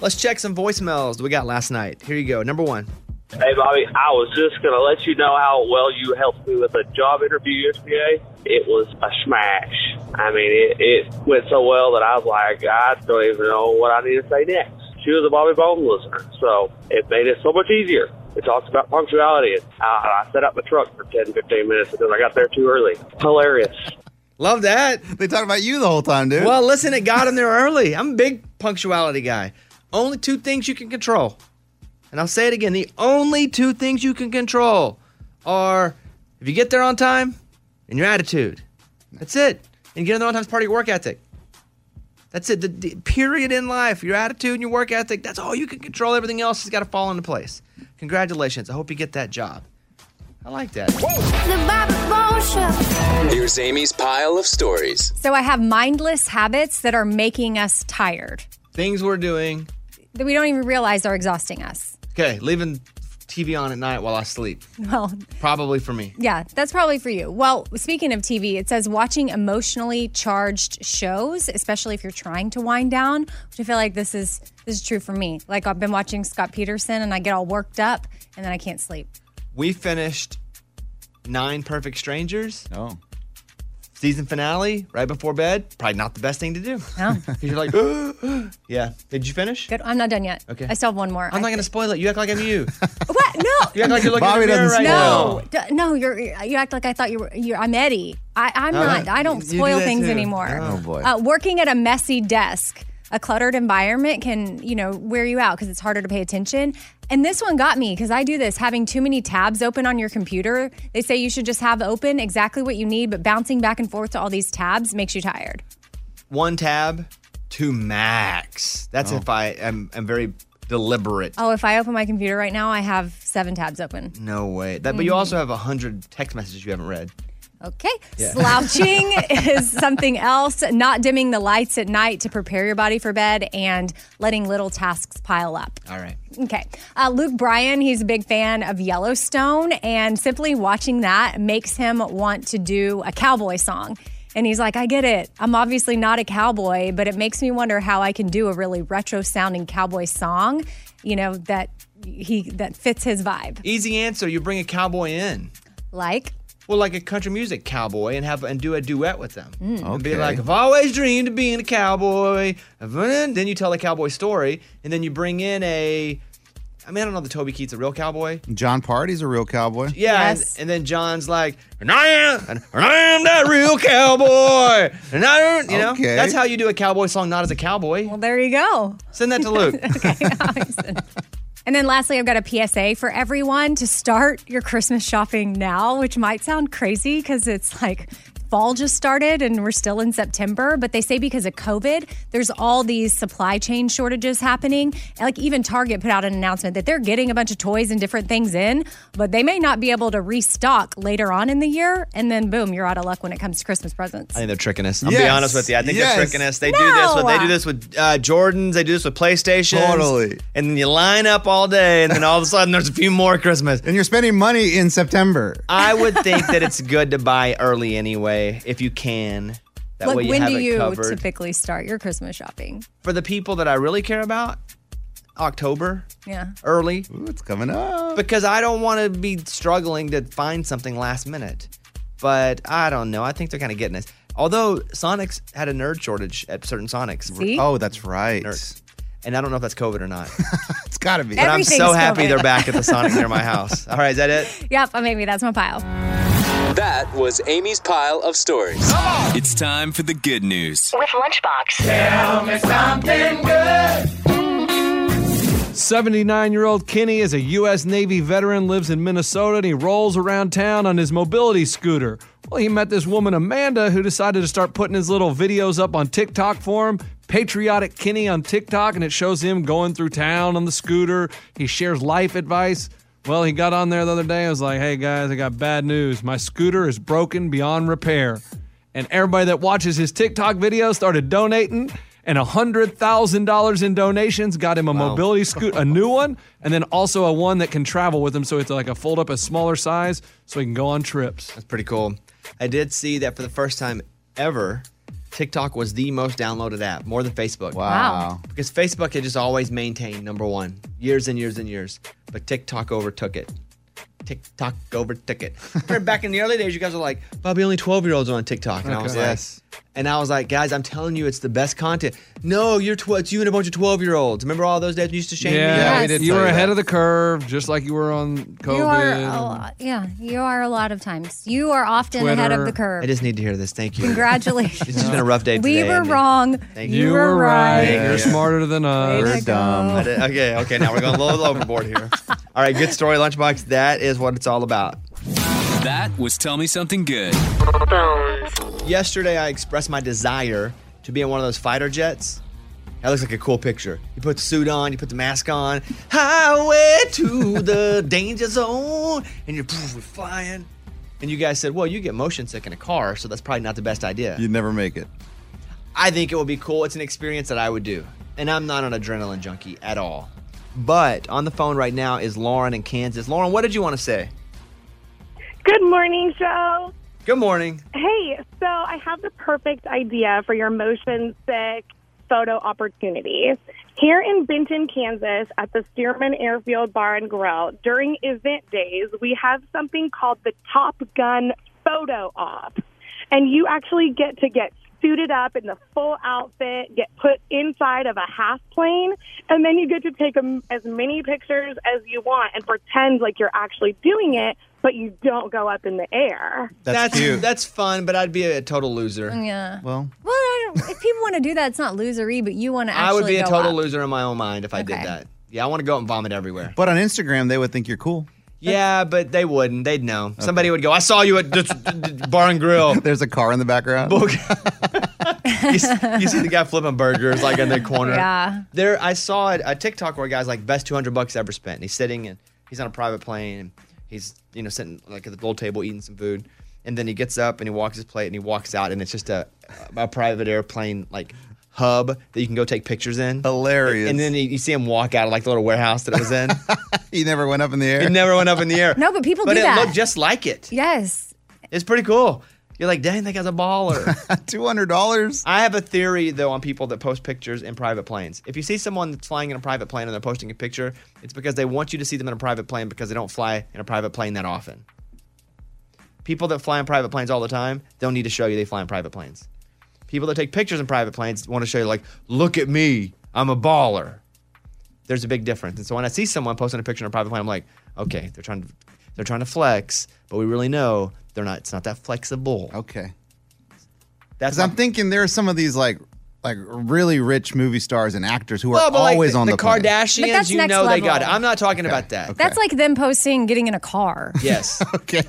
Speaker 1: Let's check some voicemails we got last night. Here you go. Number one.
Speaker 17: Hey, Bobby, I was just going to let you know how well you helped me with a job interview yesterday. It was a smash. I mean, it, it went so well that I was like, I don't even know what I need to say next. She was a Bobby Bone listener, so it made it so much easier. It talks about punctuality. And I, I set up my truck for 10, 15 minutes because I got there too early. Hilarious.
Speaker 1: Love that.
Speaker 2: *laughs* They talked about you the whole time, dude.
Speaker 1: Well, listen, it got him there early. I'm a big punctuality guy. Only two things you can control. And I'll say it again the only two things you can control are if you get there on time and your attitude. That's it. And getting there on time is part of your work ethic. That's it. The, the period in life, your attitude and your work ethic, that's all you can control. Everything else has got to fall into place. Congratulations. I hope you get that job. I like that.
Speaker 9: Here's Amy's pile of stories.
Speaker 5: So I have mindless habits that are making us tired
Speaker 1: Things we're doing.
Speaker 5: that we don't even realize are exhausting us. *laughs*
Speaker 1: Okay, leaving TV on at night while I sleep.
Speaker 5: Well,
Speaker 1: Probably for me.
Speaker 5: Yeah, that's probably for you. Well, speaking of TV, it says watching emotionally charged shows, especially if you're trying to wind down, which I feel like this is this is true for me. Like I've been watching Scott Peterson and I get all worked up and then I can't sleep.
Speaker 1: We finished Nine Perfect Strangers. Oh. Season finale, right before bed. Probably not the best thing to do.
Speaker 5: No.
Speaker 1: *laughs* 'Cause you're like, *gasps* yeah. Did you finish?
Speaker 5: Good. I'm not done yet.
Speaker 1: Okay.
Speaker 5: I still have one more.
Speaker 1: I'm not going to spoil it. You act like I'm you.
Speaker 5: *laughs* what? No.
Speaker 1: You act like you're looking in the mirror right
Speaker 5: no,
Speaker 1: now.
Speaker 5: D- no, you're you act like I thought you were. You're, I'm Eddie. I, I'm
Speaker 1: Oh,
Speaker 5: not. I don't
Speaker 1: you do
Speaker 5: spoil
Speaker 1: that
Speaker 5: things
Speaker 1: too.
Speaker 5: anymore.
Speaker 1: Oh, boy.
Speaker 5: Uh, working at a messy desk, a cluttered environment can you know wear you out because it's harder to pay attention. And this one got me because I do this. Having too many tabs open on your computer, they say you should just have open exactly what you need, but bouncing back and forth to all these tabs makes you tired.
Speaker 1: One tab, two max. That's if I am I'm very deliberate.
Speaker 5: Oh, if I open my computer right now, I have seven tabs open.
Speaker 1: No way. That, But you
Speaker 5: Mhm.
Speaker 1: also have a 100 text messages you haven't read.
Speaker 5: Okay.
Speaker 1: Yeah.
Speaker 5: Slouching is something else, not dimming the lights at night to prepare your body for bed and letting little tasks pile up.
Speaker 1: All right.
Speaker 5: Okay. Uh, Luke Bryan, he's a big fan of Yellowstone, and simply watching that makes him want to do a cowboy song. And he's like, I get it. I'm obviously not a cowboy, but it makes me wonder how I can do a really retro sounding cowboy song, you know, that he that fits his vibe.
Speaker 1: Easy answer. You bring a cowboy in.
Speaker 5: Like,
Speaker 1: Well, like a country music cowboy, and have and do a duet with them.
Speaker 5: Mm.
Speaker 1: And be
Speaker 5: Okay.
Speaker 1: like, I've always dreamed of being a cowboy. Then you tell the cowboy story, and then you bring in a. I mean, I don't know the Toby Keith's a real cowboy.
Speaker 2: John Party's a real cowboy.
Speaker 1: Yeah, and- and, then John's like, and I am, and I am that real cowboy, and I don't, you know,
Speaker 2: Okay.
Speaker 1: that's how you do a cowboy song, not as a cowboy. Well,
Speaker 5: there you go.
Speaker 1: Send that to Luke.
Speaker 5: And then lastly, I've got a PSA for everyone to start your Christmas shopping now, which might sound crazy because it's like fall just started and we're still in September. But they say because of COVID, there's all these supply chain shortages happening. And, Like even Target put out an announcement that they're getting a bunch of toys and different things in, but they may not be able to restock later on in the year. And then boom, you're out of luck when it comes to Christmas presents.
Speaker 1: I think they're tricking us. I'm be
Speaker 2: Yes.
Speaker 1: honest with you. I think
Speaker 2: Yes.
Speaker 1: they're tricking us. They do this. With, they do this with uh, Jordans. They do this with PlayStations.
Speaker 2: Totally.
Speaker 1: And then you line up all day, and then all of a sudden there's a few more Christmas.
Speaker 2: And you're spending money in September.
Speaker 1: I would think that it's good to buy early anyway, if you can. That
Speaker 5: Look,
Speaker 1: way you
Speaker 5: when
Speaker 1: have
Speaker 5: do
Speaker 1: it
Speaker 5: you
Speaker 1: covered.
Speaker 5: typically start your Christmas shopping?
Speaker 1: For the people that I really care about, October.
Speaker 5: Yeah.
Speaker 1: early.
Speaker 2: Ooh, it's coming up. *laughs*
Speaker 1: Because I don't want to be struggling to find something last minute. But I don't know. I think they're kind of getting us. Although Sonics had a nerd shortage at certain Sonics.
Speaker 5: See?
Speaker 2: Oh, that's right.
Speaker 1: And I don't know if that's COVID or not.
Speaker 2: it's got to be.
Speaker 1: But I'm so
Speaker 5: Everything's
Speaker 1: happy
Speaker 5: COVID.
Speaker 1: they're back at the Sonic near my
Speaker 5: *laughs*
Speaker 1: house. All right, is that it?
Speaker 5: Yep, uh, maybe that's my pile.
Speaker 9: That was Amy's pile of stories.
Speaker 18: It's time for the good news.
Speaker 10: With Lunchbox.
Speaker 18: Tell me something
Speaker 10: good.
Speaker 4: 79 year old Kenny is a U.S. Navy veteran, lives in Minnesota, and he rolls around town on his mobility scooter. Well, he met this woman, Amanda, who decided to start putting his little videos up on TikTok for him. Patriotic Kenny on TikTok, and it shows him going through town on the scooter. He shares life advice. Well, he got on there the other day and was like, hey guys, I got bad news. My scooter is broken beyond repair. And everybody that watches his TikTok video started donating. And $100,000 in donations got him a
Speaker 19: *laughs*
Speaker 4: mobility scooter, a new one, and then also a one that can travel with him. So it's like a fold up, a smaller size, so he can go on trips.
Speaker 1: That's pretty cool. I did see that for the first time ever, TikTok was the most downloaded app, more than Facebook.
Speaker 2: Wow. Wow.
Speaker 1: Because Facebook had just always maintained number one, years and years and years. But TikTok overtook it. TikTok
Speaker 2: *laughs*
Speaker 1: overtook it. Remember back in the early days, you guys were like, Bobby, only 12 year olds are on TikTok. And I
Speaker 2: Okay.
Speaker 1: was
Speaker 2: Yes.
Speaker 1: like, and I was like, guys, I'm telling you, it's the best content. No, you're tw- it's you and a bunch of 12 year olds. Remember all those days you used to shame me?
Speaker 4: Yeah, you were ahead of the curve, just like you were on COVID.
Speaker 5: You are, a, yeah, you are a lot of times. You are often ahead of the curve.
Speaker 1: I just *laughs* need to hear this. Thank you.
Speaker 5: Congratulations.
Speaker 1: It's just been a rough day
Speaker 5: we
Speaker 1: today.
Speaker 5: were
Speaker 1: Andy.
Speaker 5: wrong.
Speaker 1: Thank
Speaker 5: you,
Speaker 1: you.
Speaker 5: were right.
Speaker 1: Yeah,
Speaker 4: You're
Speaker 1: yeah.
Speaker 4: smarter than us.
Speaker 1: We're dumb. I did- Okay, okay. Now we're going a little *laughs* overboard here. All right, good story, Lunchbox. That is what it's all about.
Speaker 18: That was Tell Me Something Good.
Speaker 1: Yesterday, I expressed my desire to be in one of those fighter jets. That looks like a cool picture. You put the suit on, you put the mask on, highway to the danger zone, and you're poof, we're flying. And you guys said, well, you get motion sick in a car, so that's probably not the best idea.
Speaker 2: You'd never make it.
Speaker 1: I think it would be cool. It's an experience that I would do. And I'm not an adrenaline junkie at all. But on the phone right now is Lauren in Kansas. Lauren, what did you want to say?
Speaker 20: Good morning, show.
Speaker 1: Good morning.
Speaker 20: Hey, so I have the perfect idea for your motion sick photo opportunity. Here in Benton, Kansas, at the Stearman Airfield Bar and Grill, during event days, we have something called the Top Gun Photo Op. And you actually get to get suited up in the full outfit, get put inside of a half plane, and then you get to take um as many pictures as you want and pretend like you're actually doing it, but you don't go up in the air.
Speaker 1: That's *laughs* That's fun, but I'd be a total loser.
Speaker 5: Yeah.
Speaker 1: Well,
Speaker 5: Well, I don't, if people want to do that, it's not losery, but you want to
Speaker 1: I
Speaker 5: actually
Speaker 1: would be a
Speaker 5: go
Speaker 1: total
Speaker 5: up.
Speaker 1: loser in my own mind if I did
Speaker 5: Okay.
Speaker 1: that. Yeah, I want to go out and vomit everywhere.
Speaker 2: But on Instagram, they would think you're cool.
Speaker 1: Yeah, but they wouldn't. They'd know. Somebody would go, I saw you at this bar and grill. *laughs*
Speaker 2: There's a car in the background.
Speaker 1: you, s- you see the guy flipping burgers like in the corner.
Speaker 5: Yeah.
Speaker 1: There, I saw a, a TikTok where a guy's like best 200 bucks ever spent. And he's sitting and he's on a private plane and he's you know sitting like at the little table eating some food. And then he gets up and he walks his plate and he walks out and it's just a a private airplane like hub that you can go take pictures in.
Speaker 2: Hilarious.
Speaker 1: And then you, you see him walk out of like the little warehouse that it was in. *laughs*
Speaker 2: he never went up in the air.
Speaker 1: It never went up in the air.
Speaker 5: No, but people
Speaker 1: but
Speaker 5: do
Speaker 1: it
Speaker 5: that.
Speaker 1: looked just like it.
Speaker 5: yes.
Speaker 1: It's pretty cool. You're like, dang, that guy's
Speaker 2: *laughs*
Speaker 1: a baller.
Speaker 2: Two hundred dollars.
Speaker 1: I have a theory though on people that post pictures in private planes. If you see someone that's flying in a private plane and they're posting a picture, it's because they want you to see them in a private plane because they don't fly in a private plane that often. People that fly in private planes all the time don't need to show you they fly in private planes. People that take pictures in private planes want to show you like, look at me, I'm a baller. There's a big difference. And so when I see someone posting a picture in a private plane, I'm like, okay, they're trying to they're trying to flex, but we really know they're not. It's not that flexible.
Speaker 2: Okay.
Speaker 1: That's
Speaker 2: Because I'm thinking there are some of these like like really rich movie stars and actors who are
Speaker 1: Well, but, like,
Speaker 2: always on the,
Speaker 5: But
Speaker 2: plane.
Speaker 1: Kardashians,
Speaker 5: that's
Speaker 1: you
Speaker 5: next
Speaker 1: know they got it.
Speaker 5: level.
Speaker 1: I'm not talking about that.
Speaker 5: That's like them posting getting in a
Speaker 1: *laughs*
Speaker 5: car.
Speaker 2: *laughs*
Speaker 1: yes.
Speaker 2: *laughs* okay.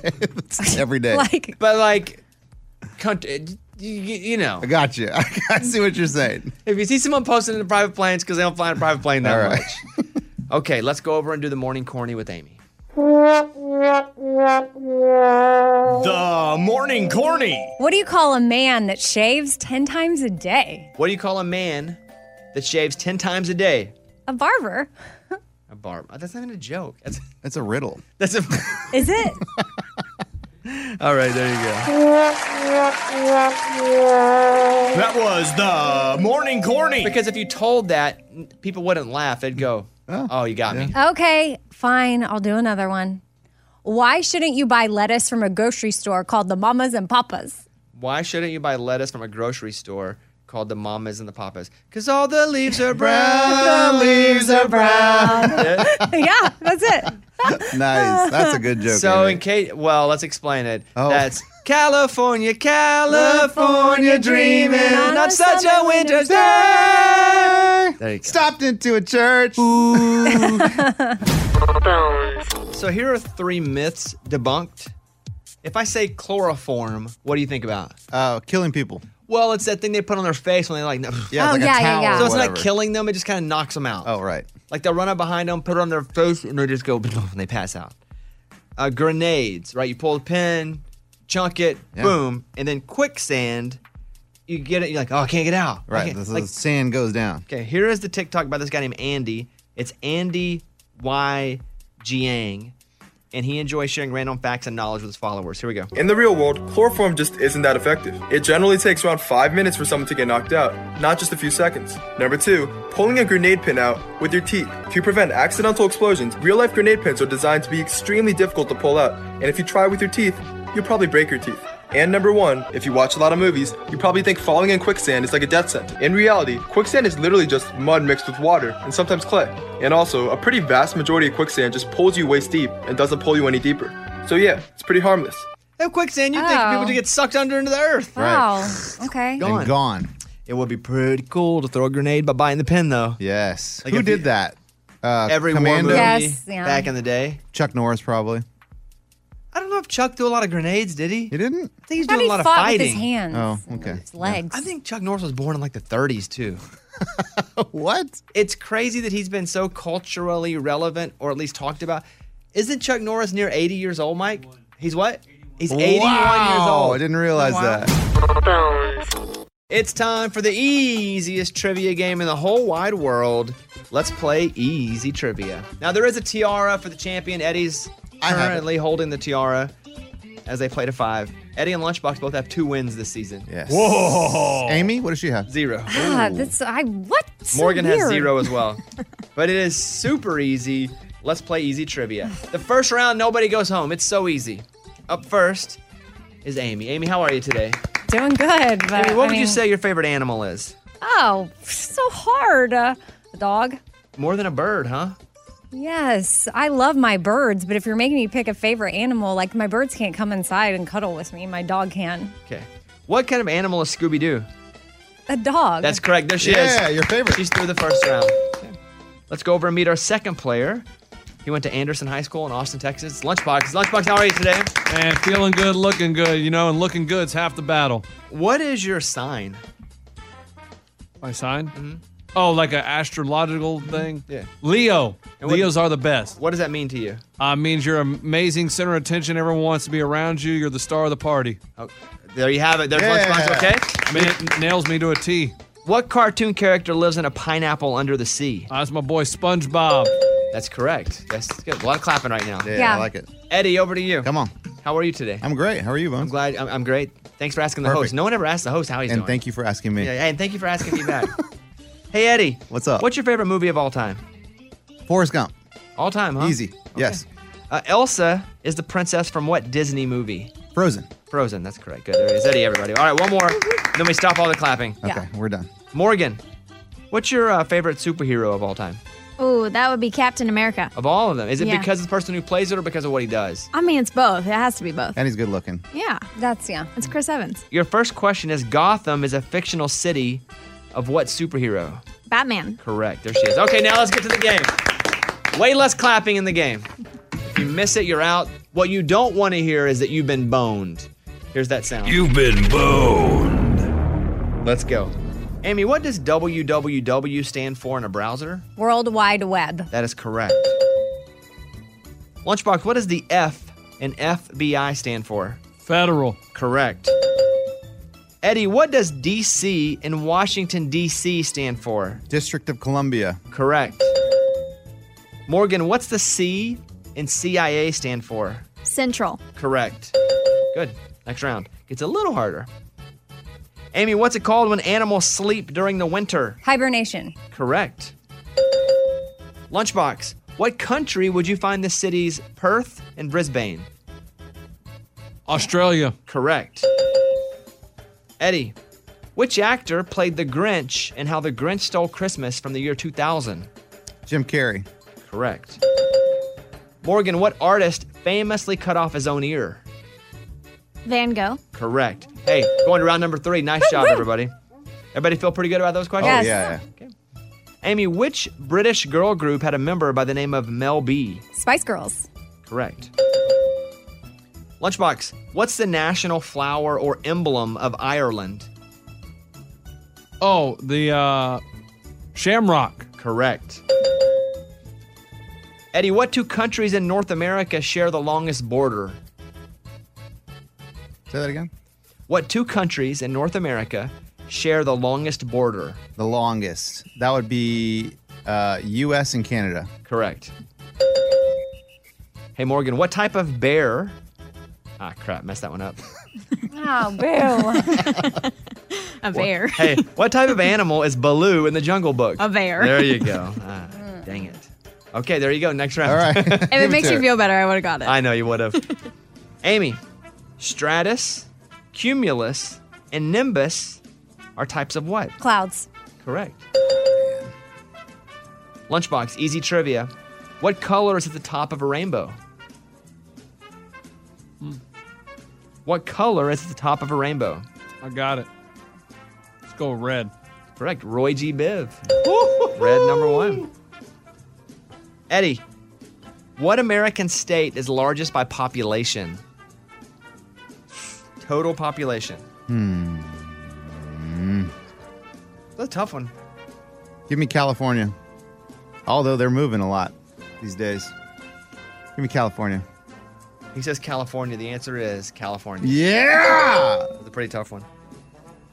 Speaker 2: Every day.
Speaker 5: *laughs* Like-
Speaker 1: but like, country, you, you you know. I
Speaker 2: got you. *laughs* I see what you're saying.
Speaker 1: If you see someone posting in a private planes because they don't fly in a private plane that
Speaker 2: All right. *laughs*
Speaker 1: much. Okay, let's go over and do the morning corny with Amy.
Speaker 20: The
Speaker 1: morning corny.
Speaker 5: What do you call a man that shaves 10 times a day?
Speaker 1: What do you call a man that shaves ten times a day?
Speaker 5: A barber.
Speaker 1: A barb. Oh, that's not even a joke. That's *laughs*
Speaker 2: that's a riddle.
Speaker 1: That's a. *laughs*
Speaker 5: Is it?
Speaker 1: All right, there you go.
Speaker 20: That
Speaker 1: was the morning corny. Because if you told that, n- people wouldn't laugh. They'd go, Oh, you got me.
Speaker 5: Okay, fine. I'll do another one. Why shouldn't you buy lettuce from a grocery store called the Mamas and Papas? *laughs*
Speaker 1: Why shouldn't you buy lettuce from a grocery store called the Mamas and the Papas? Because all the leaves are brown.
Speaker 2: The leaves are brown.
Speaker 5: yeah, that's it.
Speaker 2: *laughs* nice. That's a good joke.
Speaker 1: So in case, well, let's explain it.
Speaker 2: Oh.
Speaker 1: That's California, California dreaming on such a winter's day. There you go.
Speaker 2: Stopped into a church. Ooh.
Speaker 1: So here are three myths debunked. If I say chloroform, what do you think about?
Speaker 2: Uh, killing people.
Speaker 1: Well, it's that thing they put on their face when they like. *laughs* Um,
Speaker 2: Yeah, it's Oh, like a yeah, yeah, towel yeah. or
Speaker 1: So it's
Speaker 2: whatever.
Speaker 1: not killing them; it just kind of knocks them out. Oh,
Speaker 2: right.
Speaker 1: Like they'll run up behind them, put it on their face, and they just go *laughs* and they pass out. Uh, grenades, right? You pull the pin, chunk it, boom, and then quicksand. You get it. You're like, oh, I can't get out. I
Speaker 2: Right.
Speaker 1: can't-
Speaker 2: The, the
Speaker 1: like,
Speaker 2: sand goes down.
Speaker 1: Okay, here is the TikTok by this guy named Andy. It's Andy Y. Jiang, and he enjoys sharing random facts and knowledge with his followers. Here we go.
Speaker 19: In the real world, chloroform just isn't that effective. It generally takes around five minutes for someone to get knocked out, not just a few seconds. Number two, pulling a grenade pin out with your teeth. To prevent accidental explosions, real life grenade pins are designed to be extremely difficult to pull out, and if you try with your teeth, you'll probably break your teeth. And number one, if you watch a lot of movies, you probably think falling in quicksand is like a death sentence. In reality, quicksand is literally just mud mixed with water and sometimes clay. And also, a pretty vast majority of quicksand just pulls you waist deep and doesn't pull you any deeper. So yeah, it's pretty harmless.
Speaker 1: Hey, quicksand, you think
Speaker 5: Oh.
Speaker 1: people to get sucked under into the earth.
Speaker 5: Wow. Okay.
Speaker 2: gone.
Speaker 1: It would be pretty cool to throw a grenade by biting the pin, though.
Speaker 2: Yes.
Speaker 1: Like
Speaker 2: Who
Speaker 1: if
Speaker 2: did
Speaker 1: you-
Speaker 2: that? Uh,
Speaker 1: Every
Speaker 2: Commando?
Speaker 1: war movie
Speaker 5: Yes, yeah.
Speaker 1: back in the day.
Speaker 2: Chuck Norris, probably.
Speaker 1: I don't know if Chuck threw a lot of grenades, did he? He
Speaker 2: didn't. *laughs*
Speaker 1: I think he's
Speaker 5: I thought
Speaker 1: doing
Speaker 5: he
Speaker 1: a lot of
Speaker 5: fought
Speaker 1: fighting.
Speaker 5: with his hands.
Speaker 2: Oh, okay.
Speaker 5: legs.
Speaker 1: I think Chuck Norris was born in like the 30s too.
Speaker 2: what?
Speaker 1: *laughs* It's crazy that he's been so culturally relevant, or at least talked about. Isn't Chuck Norris near 80 years old, Mike? He's what? He's 81 years
Speaker 2: Wow,
Speaker 1: old.
Speaker 2: I didn't realize that.
Speaker 1: It's time for the easiest trivia game in the whole wide world. Let's play easy trivia. Now there is a tiara for the champion. Eddie's
Speaker 2: have it.
Speaker 1: currently holding the tiara as they play to five. Eddie and Lunchbox both have two wins this season.
Speaker 2: Yes.
Speaker 1: Whoa.
Speaker 2: Amy, what does she
Speaker 5: *laughs*
Speaker 2: have?
Speaker 1: Zero.
Speaker 5: Ah, that's I what? So
Speaker 1: Morgan has
Speaker 5: weird.
Speaker 1: zero as well. *laughs* but it is super easy. Let's play easy trivia. The first round, nobody goes home. It's so easy. Up first is Amy. Amy, how are you today?
Speaker 5: Doing good, but
Speaker 1: Amy, what
Speaker 5: Uh, I
Speaker 1: would you
Speaker 5: mean-
Speaker 1: say your favorite animal is?
Speaker 5: Oh, so hard. Uh, dog.
Speaker 1: More than a bird, huh?
Speaker 5: Yes, I love my birds, but if you're making me pick a favorite animal, like my birds can't come inside and cuddle with me, my dog can.
Speaker 1: Okay. What kind of animal is Scooby Doo?
Speaker 5: A dog.
Speaker 1: That's correct. There she is.
Speaker 5: Yeah,
Speaker 1: your favorite. She's through the first round. Okay. Let's go over and meet our second player. He went to Anderson High School in Austin, Texas. Lunchbox. Lunchbox, how are you today?
Speaker 4: And feeling good, looking good, you know, and looking good's half the battle.
Speaker 1: What is your sign?
Speaker 4: My sign? Oh, like an astrological thing?
Speaker 1: Mm-hmm. Yeah.
Speaker 4: Leo.
Speaker 1: And what-
Speaker 4: Leos are the best.
Speaker 1: What does that mean to you?
Speaker 4: Uh, means you're an amazing center of attention. Everyone wants to be around you. You're the star of the party.
Speaker 1: Uh-huh. There you have it. There's Lunchbox, okay?
Speaker 4: I mean, it nails me to a T.
Speaker 1: What cartoon character lives in a pineapple under the sea?
Speaker 4: that's my boy SpongeBob.
Speaker 1: That's correct. That's good. A lot of clapping right now.
Speaker 2: Yeah, I Yeah. like it.
Speaker 1: Eddie, over to you.
Speaker 2: Come on.
Speaker 1: How are you today?
Speaker 2: I'm great. How are you, Bones?
Speaker 1: I'm glad. I'm, I'm great. Thanks for asking the
Speaker 2: Perfect.
Speaker 1: host. No one ever asked the host how he's
Speaker 2: and
Speaker 1: doing.
Speaker 2: thank you for asking me.
Speaker 1: Yeah, and thank you for asking me
Speaker 2: *laughs*
Speaker 1: back. hey, Eddie.
Speaker 2: What's up?
Speaker 1: What's your favorite movie of all time?
Speaker 2: Forrest Gump.
Speaker 1: All time, huh?
Speaker 2: Easy. Yes.
Speaker 1: Uh, Elsa is the princess from what Disney movie?
Speaker 2: Frozen.
Speaker 1: Frozen. That's correct. Good. There it is. Eddie, everybody. All right, one more. then we stop all the clapping.
Speaker 2: Okay, we're done.
Speaker 1: Morgan, what's your uh, favorite superhero of all time?
Speaker 8: Ooh, that would be Captain America.
Speaker 1: Of all of them? Is it
Speaker 8: Yeah.
Speaker 1: because of the person who plays it or because of what he does?
Speaker 8: I mean, it's both. It has to be both.
Speaker 1: And he's good looking.
Speaker 8: Yeah.
Speaker 5: That's, yeah.
Speaker 8: It's Chris Evans.
Speaker 1: Your first question is Gotham is a fictional city of what superhero?
Speaker 8: Batman.
Speaker 1: Correct. There she is. Okay, now let's get to the game. Way less clapping in the game. If you miss it, you're out. What you don't want to hear is that you've been boned. Here's that sound.
Speaker 6: You've been boned.
Speaker 1: Let's go. Amy, what does www stand for in a browser?
Speaker 5: World Wide Web.
Speaker 1: That is correct. Lunchbox, what does the F in FBI stand for?
Speaker 4: Federal.
Speaker 1: Correct. Eddie, what does DC in Washington, D.C. stand for?
Speaker 2: District of Columbia.
Speaker 1: Correct. Morgan, what's the C in CIA stand for?
Speaker 8: Central.
Speaker 1: Correct. Good. Next round gets a little harder. Amy, what's it called when animals sleep during the winter?
Speaker 5: Hibernation.
Speaker 1: Correct. Lunchbox, what country would you find the cities Perth and Brisbane?
Speaker 4: Australia.
Speaker 1: Correct. Eddie, which actor played the Grinch in How the Grinch Stole Christmas from the year 2000?
Speaker 2: Jim Carrey.
Speaker 1: Correct. Morgan, what artist famously cut off his own ear?
Speaker 8: Van Gogh.
Speaker 1: Correct. Hey, going to round number three. Nice job, everybody. Everybody feel pretty good about those
Speaker 2: Oh,
Speaker 1: questions?
Speaker 8: Yes. yeah,
Speaker 1: Amy, which British girl group had a member by the name of Mel B?
Speaker 5: Spice Girls.
Speaker 1: Correct. Lunchbox, what's the national flower or emblem of Ireland?
Speaker 4: Oh, the uh, shamrock.
Speaker 1: Correct. Eddie, what two countries in North America share the longest border?
Speaker 2: Say that again.
Speaker 1: What two countries in North America share the longest border?
Speaker 2: The longest. That would be uh, U.S. and Canada.
Speaker 1: Correct. Hey, Morgan, what type of bear? Ah, crap, messed that
Speaker 8: *laughs*
Speaker 1: one up.
Speaker 8: Ah, Oh, boo. A bear.
Speaker 1: hey, what type of animal is Baloo in the Jungle Book?
Speaker 8: A bear.
Speaker 1: There you go.
Speaker 8: *laughs*
Speaker 1: Ah, dang it. Okay, there you go. Next round. All
Speaker 8: *laughs*
Speaker 2: right.
Speaker 8: If it makes you feel better, I would have got it.
Speaker 1: I know you would have. Amy, stratus, cumulus, and nimbus are types of what?
Speaker 5: *laughs* Clouds.
Speaker 1: Correct. Lunchbox, easy trivia. What color is at the top of a rainbow? What color is at the top of a rainbow?
Speaker 4: I got it. Let's go red.
Speaker 1: Correct. Roy G. Biv. red number one. Eddie, what American state is largest by population? Total population.
Speaker 2: Hmm. Hmm.
Speaker 1: That's a tough one.
Speaker 2: Give me California. Although they're moving a lot these days. Give me California.
Speaker 1: He says California. The answer is California.
Speaker 2: Yeah!
Speaker 1: That's a pretty tough one.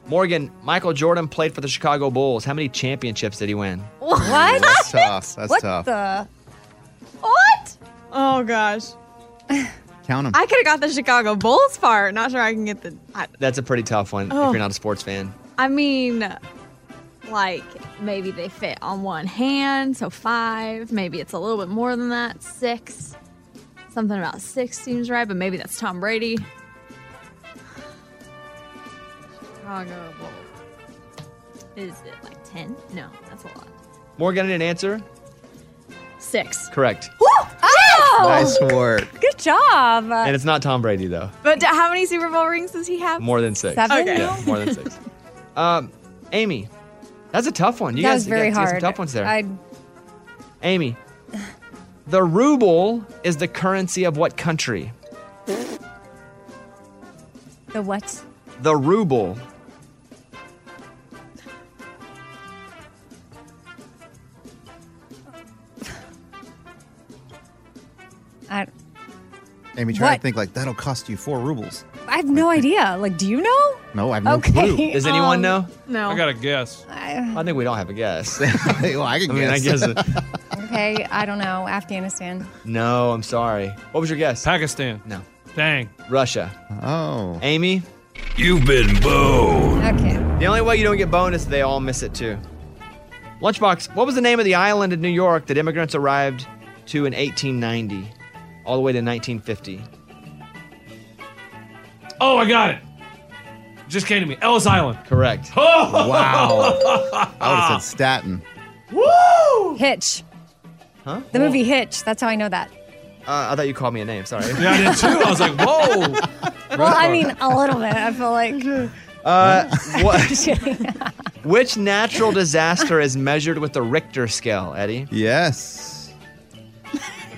Speaker 1: Morgan, Michael Jordan played for the Chicago Bulls. How many championships did he win?
Speaker 5: *laughs* What?
Speaker 2: That's tough. That's
Speaker 5: what
Speaker 2: tough.
Speaker 5: the? What?
Speaker 8: Oh, gosh.
Speaker 2: Count them.
Speaker 8: I could have got the Chicago Bulls part. Not sure I can get the. I,
Speaker 1: That's a pretty tough one if
Speaker 8: Oh.
Speaker 1: you're not a sports fan.
Speaker 8: I mean, like maybe they fit on one hand, so five. Maybe it's a little bit more than that, six. Something about six seems right, but maybe that's Tom Brady. Chicago Bulls. Is it like ten? No, that's a lot.
Speaker 1: Morgan didn't answer?
Speaker 8: Six.
Speaker 1: Correct.
Speaker 8: Oh,
Speaker 5: Ah!
Speaker 1: work.
Speaker 8: good job.
Speaker 1: And it's not Tom Brady, though.
Speaker 8: but d- how many Super Bowl rings does he have?
Speaker 1: More than six.
Speaker 8: Seven Okay. now?
Speaker 1: Yeah, more than
Speaker 5: *laughs*
Speaker 1: six. Um, Amy, that's a tough one. You
Speaker 5: that
Speaker 1: guys
Speaker 5: was very
Speaker 1: you guys
Speaker 5: hard.
Speaker 1: got some tough ones there.
Speaker 5: I,
Speaker 1: Amy, the ruble is the currency of what country?
Speaker 5: the what?
Speaker 1: The ruble.
Speaker 5: I,
Speaker 2: Amy, try
Speaker 5: What?
Speaker 2: to think like that'll cost you four rubles.
Speaker 5: I have no idea. Like, do you know?
Speaker 2: No, I have
Speaker 5: no Okay, clue.
Speaker 1: Does anyone
Speaker 5: um,
Speaker 1: know?
Speaker 5: no.
Speaker 16: Oh.
Speaker 5: I
Speaker 1: got
Speaker 4: a guess.
Speaker 5: I,
Speaker 1: I think we don't have a
Speaker 5: *laughs*
Speaker 2: *laughs*
Speaker 1: guess. *laughs*
Speaker 2: well, I can
Speaker 1: mean, I
Speaker 2: guess.
Speaker 1: guess. it-
Speaker 5: okay, I don't know. Afghanistan.
Speaker 1: No, I'm sorry. What was your guess?
Speaker 4: Pakistan.
Speaker 1: No.
Speaker 4: Dang.
Speaker 1: Russia. *laughs*
Speaker 2: Oh.
Speaker 1: Amy?
Speaker 6: You've been boned.
Speaker 5: Okay.
Speaker 1: The only way you don't get bonus, they all miss it too. Lunchbox, what was the name of the island in New York that immigrants arrived to in 1890, all the way to 1950?
Speaker 4: Oh, I got it. Just came to me. Ellis Island.
Speaker 1: Correct.
Speaker 4: Oh!
Speaker 2: Wow. I would
Speaker 1: *laughs*
Speaker 2: have said Staten.
Speaker 5: Woo! Hitch.
Speaker 1: Huh?
Speaker 5: The movie Hitch. That's how I know that.
Speaker 1: Uh, I thought you called me a name. Sorry.
Speaker 4: *laughs*
Speaker 1: *laughs*
Speaker 4: Yeah, I did too. I was like, whoa.
Speaker 5: Well, I mean, a little bit. I feel like.
Speaker 1: Uh, what, which natural disaster is measured with the Richter scale, Eddie?
Speaker 2: Yes.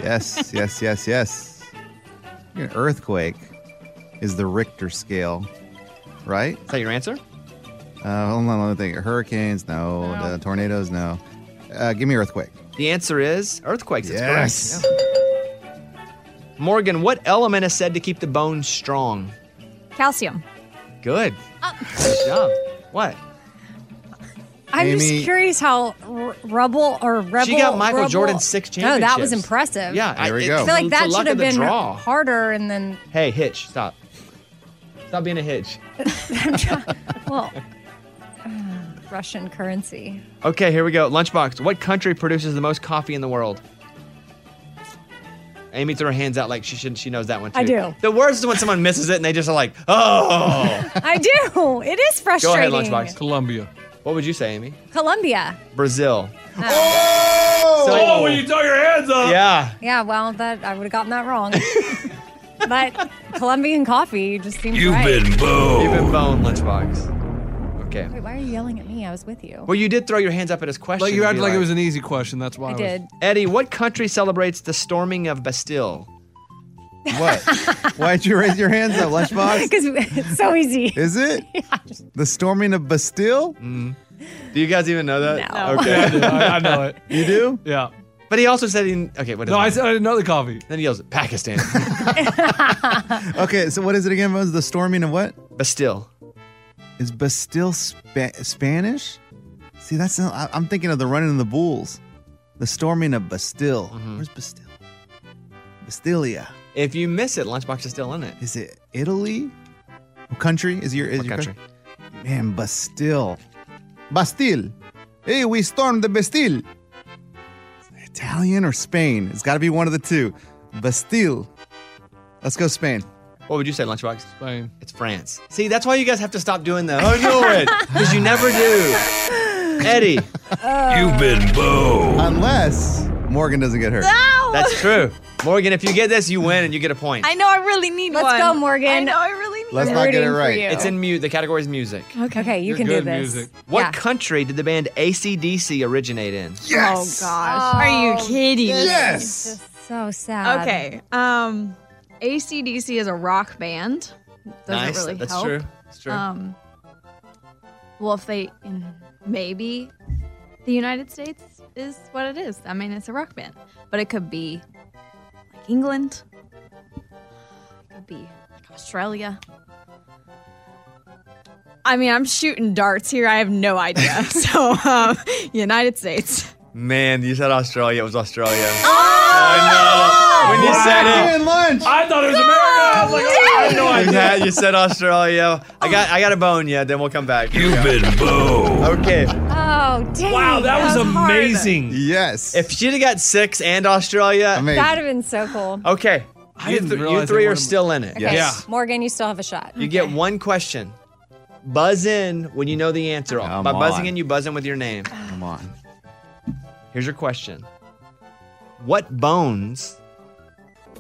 Speaker 2: Yes, yes, yes, yes. An earthquake is the Richter scale, right?
Speaker 1: Is that your answer?
Speaker 2: Uh, hold on, let me think. Hurricanes, no. The tornadoes, no. Uh, give me earthquake.
Speaker 1: The answer is earthquakes. It's
Speaker 2: Yes.
Speaker 1: correct. Yeah. Morgan, what element is said to keep the bones strong?
Speaker 8: Calcium.
Speaker 1: Good. Good job. What?
Speaker 5: I'm
Speaker 1: Amy-
Speaker 5: just curious how r- rubble or rebel.
Speaker 1: got Michael
Speaker 5: rubble-
Speaker 1: Jordan's six
Speaker 5: No, that was
Speaker 1: championships.
Speaker 5: impressive.
Speaker 1: Yeah,
Speaker 5: I,
Speaker 1: there we
Speaker 5: I
Speaker 1: go.
Speaker 5: feel like
Speaker 1: It's the
Speaker 5: that
Speaker 1: luck
Speaker 5: should have
Speaker 1: of the
Speaker 5: been
Speaker 1: draw.
Speaker 5: harder, and then *laughs*
Speaker 1: Hey, Hitch, stop. *laughs* Stop being a Hitch.
Speaker 5: well, *sighs* Russian currency.
Speaker 1: Okay, here we go. Lunchbox. What country produces the most coffee in the world? Amy threw her hands out like she should. She knows that one too.
Speaker 5: I do.
Speaker 1: The worst is when someone misses it and they just are like, "Oh."
Speaker 5: I do. It is
Speaker 1: go
Speaker 5: frustrating.
Speaker 1: ahead, Lunchbox. Colombia. What would you say, Amy?
Speaker 5: Colombia.
Speaker 1: Brazil.
Speaker 5: Oh!
Speaker 1: So-
Speaker 4: throw your hands up.
Speaker 1: Yeah.
Speaker 5: Yeah, well, that I would have gotten that
Speaker 1: *laughs*
Speaker 5: wrong. but Colombian coffee just seems right.
Speaker 1: boned. You've been boned, Lunchbox. Okay.
Speaker 5: Wait, why are you yelling at me? I was with you.
Speaker 1: Well, you did throw your hands up at his question.
Speaker 4: Like you
Speaker 1: to
Speaker 4: acted
Speaker 1: be
Speaker 4: like, it was an easy question. That's why
Speaker 5: I
Speaker 4: was-
Speaker 5: did.
Speaker 1: Eddie, what country celebrates the storming of Bastille?
Speaker 2: What? Why'd you raise your hands
Speaker 5: *laughs*
Speaker 2: up, Lunchbox?
Speaker 5: Because it's so
Speaker 1: *laughs*
Speaker 5: easy.
Speaker 2: Is it? The storming of Bastille?
Speaker 1: Do you guys even know that?
Speaker 5: No.
Speaker 1: Okay.
Speaker 4: Yeah, I do. I- I know it.
Speaker 1: You do?
Speaker 4: *laughs* Yeah.
Speaker 1: But he also said he. Okay, what is
Speaker 4: No, I
Speaker 1: it?
Speaker 4: said I didn't know the coffee.
Speaker 1: Then he yells, Pakistan. *laughs*
Speaker 2: Okay, so what is it again? What was the storming of what?
Speaker 1: Bastille.
Speaker 2: Is Bastille spa- Spanish? See, that's not, I- I'm thinking of the running of the bulls. The storming of Bastille. Where's Bastille? Bastilia.
Speaker 1: If you miss it, Lunchbox is still in it.
Speaker 2: Is it Italy? What country is your is your country? Man, Bastille. Bastille. Hey, we stormed the Bastille. Italian or Spain? It's got to be one of the two. Bastille. Let's go Spain.
Speaker 1: What would you say, Lunchbox? Spain. It's France. See, that's why you guys have to stop doing that. Oh, no,
Speaker 8: *laughs*
Speaker 1: it. Because you never do. Eddie.
Speaker 2: You've been boo. Unless Morgan doesn't get
Speaker 16: Ah!
Speaker 2: hurt.
Speaker 8: Ow!
Speaker 1: That's true. Morgan, if you get this, you win and you get a point.
Speaker 8: I know I really need
Speaker 5: Let's
Speaker 8: one.
Speaker 5: go, Morgan.
Speaker 8: I know I really need
Speaker 1: Let's
Speaker 8: one.
Speaker 1: not get it right. It's in mu- the category is music.
Speaker 5: Okay, you
Speaker 1: You're
Speaker 5: can
Speaker 1: good
Speaker 5: do
Speaker 1: at
Speaker 5: this.
Speaker 1: music. What country did the band ACDC originate in?
Speaker 8: Yes. Oh gosh. Are you kidding? me?
Speaker 5: Yes. So sad.
Speaker 8: Okay. Um, ACDC is a rock band. Doesn't
Speaker 1: Nice.
Speaker 8: really
Speaker 1: That's
Speaker 8: help.
Speaker 1: true. That's true.
Speaker 8: Um, well, if they mm, maybe the United States is what it is. I mean, it's a rock band, but it could be like England. It could be like Australia. I mean, I'm shooting darts here. I have no idea. *laughs* so, um, United States.
Speaker 1: Man, you said Australia. It was Australia. I know. When you said it.
Speaker 4: I thought it was America. I was like, oh, I had no
Speaker 1: You
Speaker 4: idea.
Speaker 1: had- you said Australia. I got I got a bone yeah, then we'll come back. You've
Speaker 15: been boned.
Speaker 1: Okay.
Speaker 5: Oh, dang.
Speaker 2: Yes.
Speaker 1: If she'd have got six and Australia,
Speaker 5: That would have been so cool.
Speaker 1: Okay. You,
Speaker 4: didn't
Speaker 1: th- you
Speaker 4: realize
Speaker 1: three
Speaker 4: they
Speaker 1: are
Speaker 4: weren't-
Speaker 1: still in it.
Speaker 5: Okay. Morgan, you still have a shot.
Speaker 1: You get one question. Buzz in when you know the answer. By buzzing
Speaker 2: on.
Speaker 1: in, you buzz in with your name.
Speaker 2: Come on.
Speaker 1: Here's your question. What bones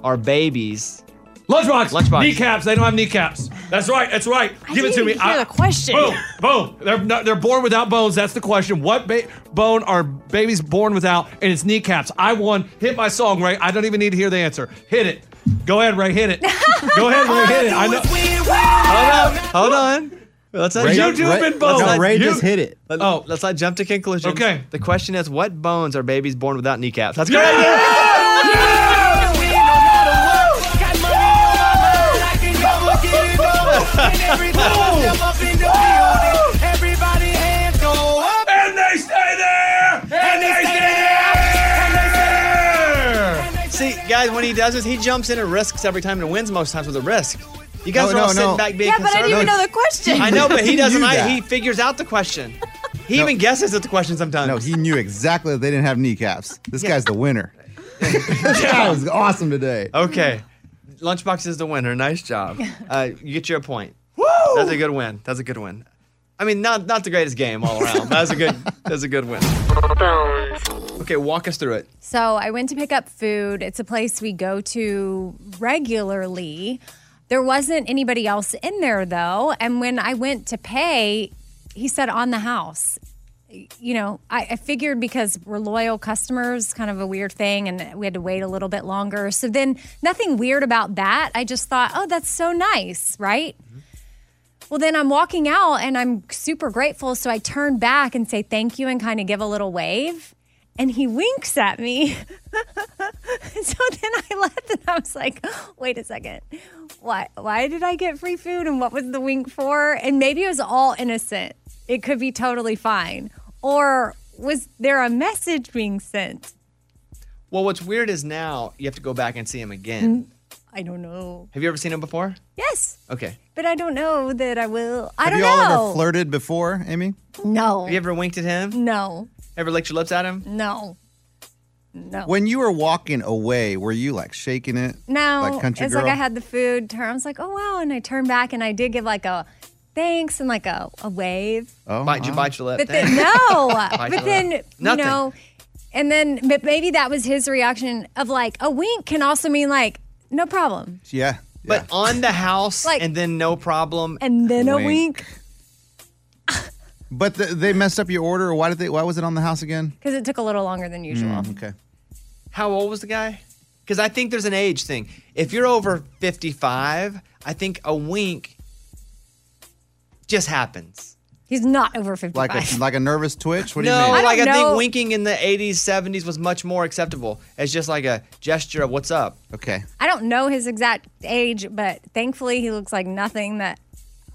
Speaker 1: are babies?
Speaker 4: Lunchbox.
Speaker 1: Lunchbox.
Speaker 4: Kneecaps. They don't have kneecaps. That's right. That's right. Give it to
Speaker 1: didn't
Speaker 4: me.
Speaker 1: even hear the question.
Speaker 4: Boom. Boom. They're not, they're born without bones. That's the question. What ba- bone are babies born without? And it's kneecaps. I won. Hit my song, Ray. I don't even need to hear the answer. Hit it. Go ahead, Ray.
Speaker 1: *laughs*
Speaker 4: Hit it. Go ahead, Ray. Hit it. I know.
Speaker 1: Hold on. Hold on. Let's not
Speaker 4: Ray-
Speaker 1: jump.
Speaker 4: You do have
Speaker 1: Ray-
Speaker 4: been boned.
Speaker 1: let's not-
Speaker 4: No, Ray just hit
Speaker 2: it.
Speaker 1: Let, oh, let's not jump to conclusions. Okay. The question is, what bones are babies born without kneecaps? That's correct.
Speaker 7: And they stay there! And they stay there!
Speaker 1: See, guys, when he does this, he jumps in and risks every time and wins most times with a risk. You guys
Speaker 2: No,
Speaker 1: are all
Speaker 2: no,
Speaker 1: sitting
Speaker 2: no.
Speaker 1: back being
Speaker 8: Yeah, but I didn't even know the question. *laughs*
Speaker 1: I know, but he
Speaker 2: He
Speaker 1: doesn't.
Speaker 2: knew
Speaker 1: Like,
Speaker 2: that.
Speaker 1: he figures out the question. He even guesses at the question sometimes.
Speaker 2: No, he knew exactly that they didn't have kneecaps. This guy's the winner. that was awesome today.
Speaker 1: Okay. Lunchbox is the winner. Nice job. Uh, you get your point. Woo! That's a good win. That's a good win. I mean, not not the greatest game all around. That's a good. That's a good win. Okay, walk us through it.
Speaker 5: So I went to pick up food. It's a place we go to regularly. There wasn't anybody else in there though. And when I went to pay, he said on the house. You know, I, I figured because we're loyal customers, kind of a weird thing, and we had to wait a little bit longer. So then nothing weird about that. I just thought, oh, that's so nice, right? Well, then I'm walking out and I'm super grateful. So I turn back and say thank you and kind of give a little wave. And he winks at me. *laughs* so then I left and I was like, wait a second. Why, why did I get free food and what was the wink for? And maybe it was all innocent. It could be totally fine. Or was there a message being sent? Mm.
Speaker 1: Well, what's weird is now you have to go back and see him again.
Speaker 5: I don't know.
Speaker 1: Have you ever seen him before?
Speaker 5: Yes,
Speaker 1: Okay.
Speaker 5: but I don't know that I will. I
Speaker 2: Have
Speaker 5: don't
Speaker 2: you
Speaker 5: know.
Speaker 2: all ever flirted before, Amy?
Speaker 5: no.
Speaker 1: Have you ever winked at
Speaker 5: Mm.
Speaker 1: him?
Speaker 5: No.
Speaker 1: Ever licked your lips at him?
Speaker 5: No. No.
Speaker 2: When you were walking away, were you like shaking it?
Speaker 5: no,
Speaker 2: like country
Speaker 5: it's
Speaker 2: girl.
Speaker 5: like I had the food. Turn. I was like, oh wow, and I turned back and I did give like a thanks and like a, a wave.
Speaker 1: Oh, bite, you bite your lip.
Speaker 5: But then
Speaker 1: Dang.
Speaker 2: *laughs*
Speaker 5: no,
Speaker 1: Bite your
Speaker 5: but then
Speaker 1: lip.
Speaker 5: you
Speaker 1: Nothing.
Speaker 5: know, and then but maybe that was his reaction of like a wink can also mean like no problem,
Speaker 2: Yeah.
Speaker 1: *laughs* But on the house and then no problem.
Speaker 5: and then a
Speaker 2: Wink.
Speaker 5: wink
Speaker 2: But th- they messed up your order. Why did they? Why was it on the house again?
Speaker 5: because it took a little longer than usual.
Speaker 2: Mm, okay.
Speaker 1: How old was the guy? Because I think there's an age thing. If you're over 55, I think a wink just happens.
Speaker 5: He's not over fifty-five.
Speaker 2: Like a like a nervous twitch. What
Speaker 1: no,
Speaker 2: do you mean?
Speaker 1: like I
Speaker 5: know.
Speaker 1: think winking in the 80s, 70s was much more acceptable as just like a gesture of what's up.
Speaker 2: Okay.
Speaker 5: I don't know his exact age, but thankfully he looks like nothing that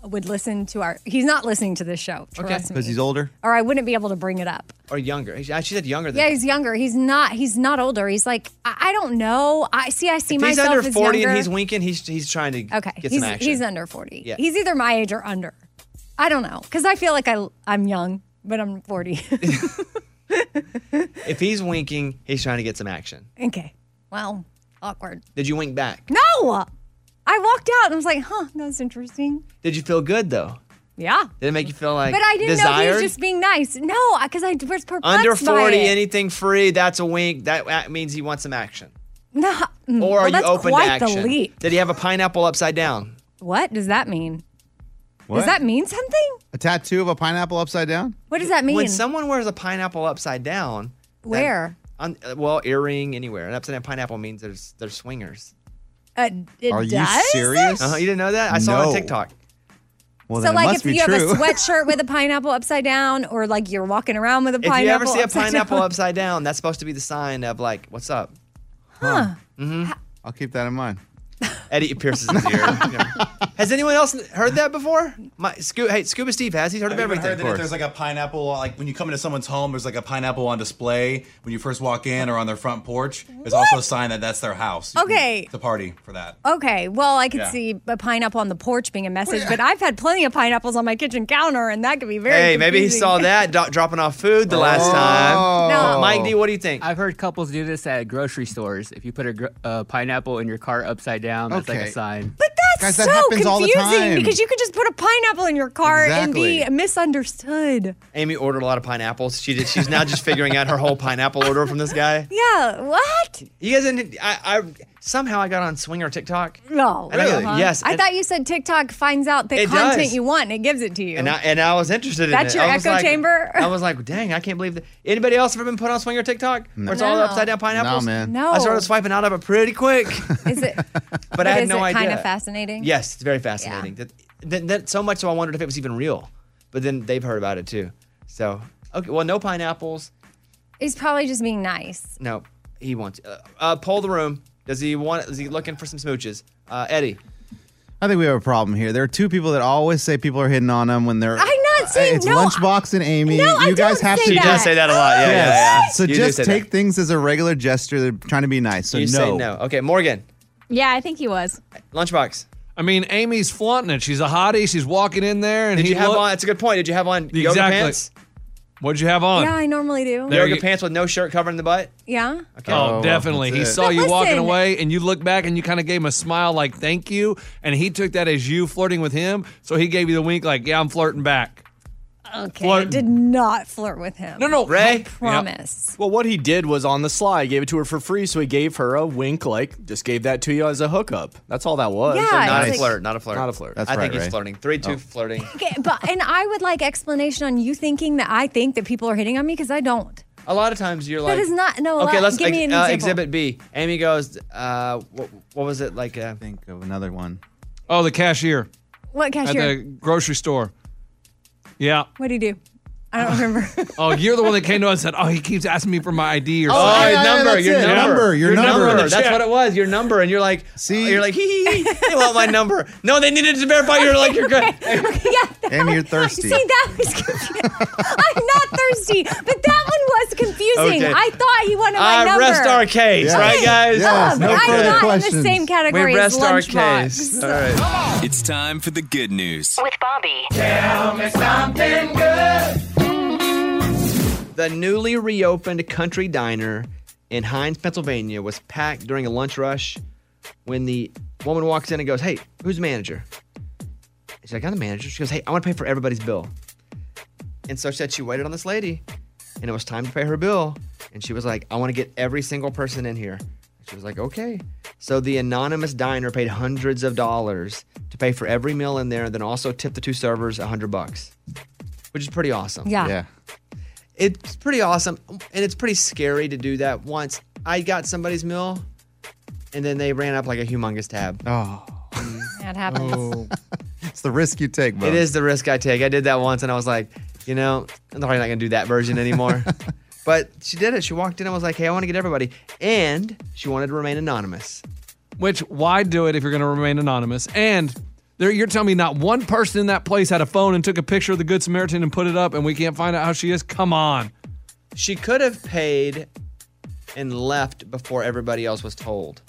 Speaker 5: would listen to our. He's not listening to this show. Trust
Speaker 1: Because
Speaker 5: me.
Speaker 1: he's older
Speaker 5: Or I wouldn't be able to bring it up.
Speaker 1: or younger. She she said younger than.
Speaker 5: Yeah, he's younger. He's not. He's not older. He's like I, I don't know. I see. I see
Speaker 1: if he's
Speaker 5: myself
Speaker 1: under
Speaker 5: as
Speaker 1: 40
Speaker 5: younger.
Speaker 1: and he's winking, he's he's trying to
Speaker 5: okay.
Speaker 1: get
Speaker 5: he's
Speaker 1: some action.
Speaker 5: he's under forty.
Speaker 1: Yeah.
Speaker 5: He's either my age or under. I don't know because I feel like I I'm young, but I'm forty. *laughs*
Speaker 1: if he's winking, he's trying to get some action.
Speaker 5: okay. Well, awkward.
Speaker 1: Did you wink back?
Speaker 5: No. I walked out and I was like, huh, that's interesting.
Speaker 1: Did you feel good though?
Speaker 5: Yeah.
Speaker 1: Did it make you feel like
Speaker 5: but I didn't know he
Speaker 1: desired?
Speaker 5: was just being nice. No, because I was perplexed
Speaker 1: under
Speaker 5: by
Speaker 1: 40,
Speaker 5: it.
Speaker 1: anything free, that's a wink. That, that means he wants some action.
Speaker 5: no, mm,
Speaker 1: Or
Speaker 5: well,
Speaker 1: are
Speaker 5: that's
Speaker 1: you open
Speaker 5: quite
Speaker 1: to action?
Speaker 5: The leap.
Speaker 1: Did he have a pineapple upside down?
Speaker 5: What does that mean?
Speaker 2: What?
Speaker 5: Does that mean something?
Speaker 2: a tattoo of a pineapple upside down?
Speaker 5: What does that mean?
Speaker 1: When someone wears a pineapple upside down,
Speaker 5: Where?
Speaker 1: on, uh, well, earring anywhere, an upside down pineapple means there's they're swingers.
Speaker 5: Uh, it
Speaker 2: Are you
Speaker 5: does?
Speaker 2: serious?
Speaker 1: Uh-huh, you didn't know that? I saw it on
Speaker 2: No.
Speaker 1: TikTok.
Speaker 2: Well,
Speaker 5: so,
Speaker 2: then it
Speaker 5: like,
Speaker 2: must
Speaker 5: if
Speaker 2: be
Speaker 5: you
Speaker 2: true. *laughs*
Speaker 5: have a sweatshirt with a pineapple upside down, or like you're walking around with a
Speaker 1: If
Speaker 5: pineapple,
Speaker 1: you ever see a
Speaker 5: upside
Speaker 1: pineapple
Speaker 5: down,
Speaker 1: upside down, that's supposed to be the sign of like, what's up?
Speaker 5: Huh.
Speaker 1: Mm-hmm.
Speaker 2: I'll keep that in mind.
Speaker 1: Eddie pierces his ear.
Speaker 5: *laughs*
Speaker 1: Has anyone else heard that before? My Sco- hey, Scuba Steve has. He's heard of
Speaker 21: I've even
Speaker 1: everything.
Speaker 21: Heard that if there's like a pineapple, like when you come into someone's home, there's like a pineapple on display when you first walk in or on their front porch. There's also a sign that that's their house. You can-
Speaker 5: Okay.
Speaker 21: It's a party for that.
Speaker 5: *laughs*
Speaker 8: Oh.
Speaker 5: Okay, well, I could
Speaker 21: Yeah.
Speaker 5: see a pineapple on the porch being a message, but I've had plenty of pineapples on my kitchen counter, and that could be very.
Speaker 1: hey, maybe he
Speaker 5: confusing.
Speaker 1: saw that Oh. do- dropping off food the last
Speaker 21: Oh.
Speaker 1: time.
Speaker 2: Oh.
Speaker 1: Mike D, what do you think?
Speaker 22: I've heard couples do this at grocery stores. If you put a gr- uh, pineapple in your cart upside down, that's like
Speaker 1: Okay.
Speaker 22: a sign.
Speaker 5: But that's
Speaker 22: Guys, that
Speaker 5: so
Speaker 22: happens
Speaker 5: confusing
Speaker 22: all the time.
Speaker 5: because you could just put a pineapple in your car and be
Speaker 1: Exactly.
Speaker 5: misunderstood.
Speaker 1: Amy ordered a lot of pineapples. She did. She's now just figuring out her whole pineapple order from this guy.
Speaker 5: Yeah, what?
Speaker 1: You guys, didn't- I, I somehow I got on Swinger TikTok,
Speaker 5: No,
Speaker 1: Really?
Speaker 5: Uh-huh.
Speaker 1: Yes,
Speaker 5: I
Speaker 1: and-
Speaker 5: thought you said TikTok finds out the
Speaker 1: It
Speaker 5: content
Speaker 1: does.
Speaker 5: you want and it gives it to you.
Speaker 1: and I and I was interested
Speaker 5: That's
Speaker 1: in it.
Speaker 5: your
Speaker 1: I was
Speaker 5: echo
Speaker 1: like-
Speaker 5: chamber?
Speaker 1: I was like, dang, I can't believe that. Anybody else ever been put on Swinger TikTok?
Speaker 5: No.
Speaker 1: Where it's all
Speaker 5: No.
Speaker 1: upside down pineapples?
Speaker 5: No, man. No.
Speaker 1: I started swiping out of it
Speaker 5: *laughs*
Speaker 1: pretty quick.
Speaker 5: Is it?
Speaker 1: *laughs* But I had
Speaker 5: is
Speaker 1: no
Speaker 5: it
Speaker 1: idea.
Speaker 5: Kind of fascinating.
Speaker 1: Yes, it's very fascinating. That, that, that- so much so I wondered if it was even real. But then they've heard about it too. So okay, well, no pineapples.
Speaker 5: He's probably just being nice.
Speaker 1: No, he wants. Uh, uh, poll the room. Does he want? Is he looking for some smooches? Uh, Eddie.
Speaker 2: I think we have a problem here. There are two people that always say people are hitting on them when they're. uh,
Speaker 5: I'm not saying
Speaker 2: it's
Speaker 5: no.
Speaker 2: Lunchbox and Amy.
Speaker 5: No,
Speaker 2: you
Speaker 5: I
Speaker 2: guys
Speaker 5: don't
Speaker 2: have
Speaker 5: say
Speaker 2: to.
Speaker 5: that. You do say that a lot.
Speaker 1: Yeah, yeah, yeah.
Speaker 2: So
Speaker 1: You do
Speaker 2: just
Speaker 1: say
Speaker 2: take things as a regular gesture. They're trying to be nice. So
Speaker 1: you
Speaker 2: no.
Speaker 1: say no. Okay, Morgan.
Speaker 8: Yeah, I think he was.
Speaker 1: Lunchbox.
Speaker 4: I mean, Amy's flaunting it. She's a hottie. She's walking in there, and
Speaker 1: Did
Speaker 4: he
Speaker 1: you have
Speaker 4: look-
Speaker 1: on? It's a good point. Did you have on yoga
Speaker 4: Exactly.
Speaker 1: pants?
Speaker 4: What'd you have
Speaker 1: Uh,
Speaker 4: on?
Speaker 5: Yeah, I normally do.
Speaker 1: Yoga pants with no shirt covering the butt.
Speaker 5: Yeah.
Speaker 1: Okay.
Speaker 4: Oh,
Speaker 1: Oh,
Speaker 4: definitely.
Speaker 1: that's
Speaker 4: He
Speaker 1: it.
Speaker 4: saw
Speaker 1: But
Speaker 4: you walking
Speaker 5: listen-
Speaker 4: away, and you look back, and you kind of gave him a smile, like "thank you," and he took that as you flirting with him. So he gave you the wink, like "yeah, I'm flirting back."
Speaker 5: Okay.
Speaker 4: Flirt.
Speaker 5: I did not flirt with him. No,
Speaker 4: no,
Speaker 5: Ray. promise.
Speaker 23: Well, what he did was on the sly, gave it to her for free, so he gave her a wink, like just gave that to you as a hookup. That's all that was.
Speaker 5: Yeah, So not it's a like-
Speaker 1: flirt, not a flirt,
Speaker 23: not a flirt.
Speaker 1: I think he's flirting. Three,
Speaker 2: Oh.
Speaker 1: two, flirting.
Speaker 5: Okay, but and I would like explanation on you thinking that I think that people are hitting on me because I don't.
Speaker 1: A lot of times you're like
Speaker 5: that is not no.
Speaker 1: okay,
Speaker 5: allow-
Speaker 1: let's
Speaker 5: give me an
Speaker 1: ex- uh,
Speaker 5: example.
Speaker 1: exhibit B. Amy goes. Uh, what, what was it like? Uh,
Speaker 2: Think of another one.
Speaker 4: Oh, the cashier
Speaker 5: What
Speaker 4: at
Speaker 5: cashier?
Speaker 4: the grocery store. Yeah,
Speaker 5: What do you do? I don't remember.
Speaker 1: *laughs*
Speaker 5: *laughs*
Speaker 4: Oh, you're the one that came to us and said, "Oh, he keeps asking me for my ID or
Speaker 1: Oh,
Speaker 4: something."
Speaker 1: yeah, yeah, that's it.
Speaker 4: Your
Speaker 1: That's what it was. Your number, and you're like, see, you're like, hee *laughs* hee. hee, They want my number. No, they needed to verify. You're like, you're good. *laughs*
Speaker 5: Oh,
Speaker 2: Amy, you're thirsty.
Speaker 5: See, that was confusing. *laughs* I'm not thirsty, but that one was confusing.
Speaker 1: Okay.
Speaker 5: I thought he wanted *laughs* my
Speaker 1: I
Speaker 5: number.
Speaker 1: Uh, rest our case, Yes. right, guys? Yes,
Speaker 5: Oh,
Speaker 1: no
Speaker 5: but I'm
Speaker 1: further
Speaker 5: not in
Speaker 1: questions.
Speaker 5: the same category
Speaker 1: We rest
Speaker 5: as
Speaker 1: our
Speaker 5: lunchbox.
Speaker 1: case. All right.
Speaker 18: It's time for the good news.
Speaker 10: With Bobby.
Speaker 18: Tell
Speaker 10: me something good.
Speaker 1: The newly reopened Country Diner in Hines, Pennsylvania, was packed during a lunch rush when the woman walks in and goes, "Hey, who's the manager?" She's like, "I'm the manager." She goes, "Hey, I want to pay for everybody's bill." And so she said she waited on this lady, and it was time to pay her bill, and she was like, "I want to get every single person in here." She was like, "Okay." So the anonymous diner paid hundreds of dollars to pay for every meal in there, and then also tipped the two servers a hundred bucks, which is pretty awesome.
Speaker 5: Yeah. Yeah.
Speaker 1: It's pretty awesome, and it's pretty scary to do that. Once I got somebody's meal, and then they ran up like a humongous tab.
Speaker 2: Oh,
Speaker 5: That happens.
Speaker 2: it's the risk you
Speaker 4: Uh-huh.
Speaker 2: take, bro.
Speaker 1: it is the risk I take. I did that once, and I was like, you know, I'm probably not gonna do that
Speaker 4: *laughs*
Speaker 1: version anymore. but she did it. She walked in and was like, "Hey, I want to get everybody," and she wanted to remain anonymous.
Speaker 4: Which why do it if you're going to remain anonymous? And there, you're telling me not one person in that place had a phone and took a picture of the Good Samaritan and put it up, and we can't find out how she is. Come on.
Speaker 1: She could have paid and left before everybody else was told.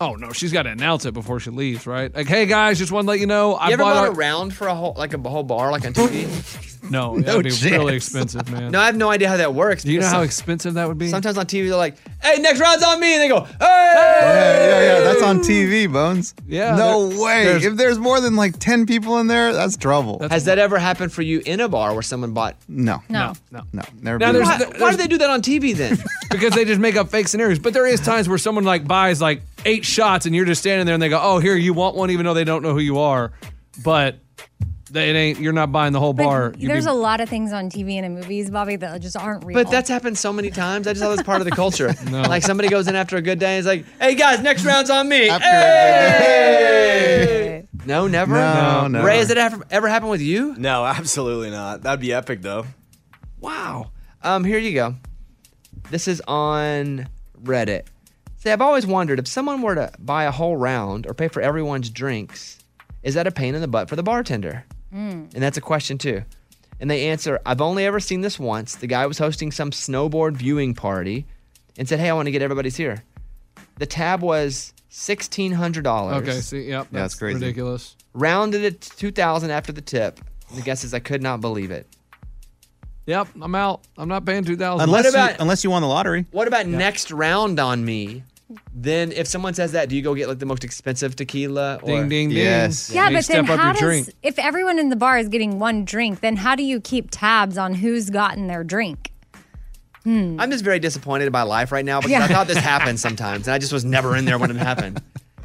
Speaker 4: Oh no, she's got to announce it before she leaves, right? Like, hey guys, just want to let you know,
Speaker 1: You
Speaker 4: I
Speaker 1: ever
Speaker 4: bought
Speaker 1: bought
Speaker 4: our
Speaker 1: a round for a whole like a whole bar like on
Speaker 4: *laughs*
Speaker 1: TV?
Speaker 4: no,
Speaker 1: No
Speaker 4: that'd be
Speaker 1: chance.
Speaker 4: really expensive, man.
Speaker 1: No, I have no idea how that works.
Speaker 4: Do you know
Speaker 1: because
Speaker 4: how
Speaker 1: some-
Speaker 4: expensive that would be?
Speaker 1: Sometimes on TV they're like, "Hey, next round's on me," and they go,
Speaker 2: Yeah,
Speaker 1: "Hey!"
Speaker 2: yeah, yeah. That's on TV, Bones.
Speaker 1: Yeah,
Speaker 2: No
Speaker 1: there-
Speaker 2: way.
Speaker 1: there's-
Speaker 2: if there's more than like 10 people in there, that's trouble.
Speaker 1: Has that ever happened for you in a bar where someone bought?
Speaker 2: No.
Speaker 5: No.
Speaker 1: *laughs*
Speaker 4: No.
Speaker 2: No. Never
Speaker 4: Now
Speaker 2: been.
Speaker 4: there's,
Speaker 1: Why-
Speaker 4: th-
Speaker 1: why do they do that on TV then?
Speaker 4: because they just make up fake scenarios. But there is times where someone like buys like eight shots and you're just standing there and they go, "Oh, here you want one," even though they don't know who you are, but they, it ain't. You're not buying the whole bar. You'd
Speaker 5: There's
Speaker 4: be-
Speaker 5: a lot of things on TV and in movies, Bobby, that just aren't real.
Speaker 1: But that's happened so many times. I just thought that's part of the culture. Like somebody goes in after a good day and is like, hey guys, next round's on me. Hey! No, never.
Speaker 23: No, No.
Speaker 1: Ray, has it ever, ever happened with you?
Speaker 23: No, absolutely not. That'd be epic, though.
Speaker 1: Wow. Um, here you go. This is on Reddit. See, I've always wondered if someone were to buy a whole round or pay for everyone's drinks, is that a pain in the butt for the bartender? And that's a question too. And they answer, I've only ever seen this once. The guy was hosting some snowboard viewing party and said, Hey, I want to get everybody's here. The tab was sixteen hundred dollars.
Speaker 4: okay. See, yep,
Speaker 1: Yeah, that's crazy.
Speaker 4: Ridiculous.
Speaker 1: Rounded it to two thousand after the tip. And the guest says I could not believe it.
Speaker 4: Yep, I'm out. I'm not paying two thousand.
Speaker 1: Unless What you- about-
Speaker 2: unless you won the lottery.
Speaker 1: What about next round on me? Then if someone says that, do you go get like the most expensive tequila? Or?
Speaker 4: Ding, ding, ding.
Speaker 2: Yes.
Speaker 5: yeah, but then how does if everyone in the bar is getting one drink, then how do you keep tabs on who's gotten their drink? Hmm.
Speaker 1: I'm just very disappointed by life right now because I
Speaker 5: Yeah.
Speaker 1: thought this happened sometimes, and I just was never in there when it happened.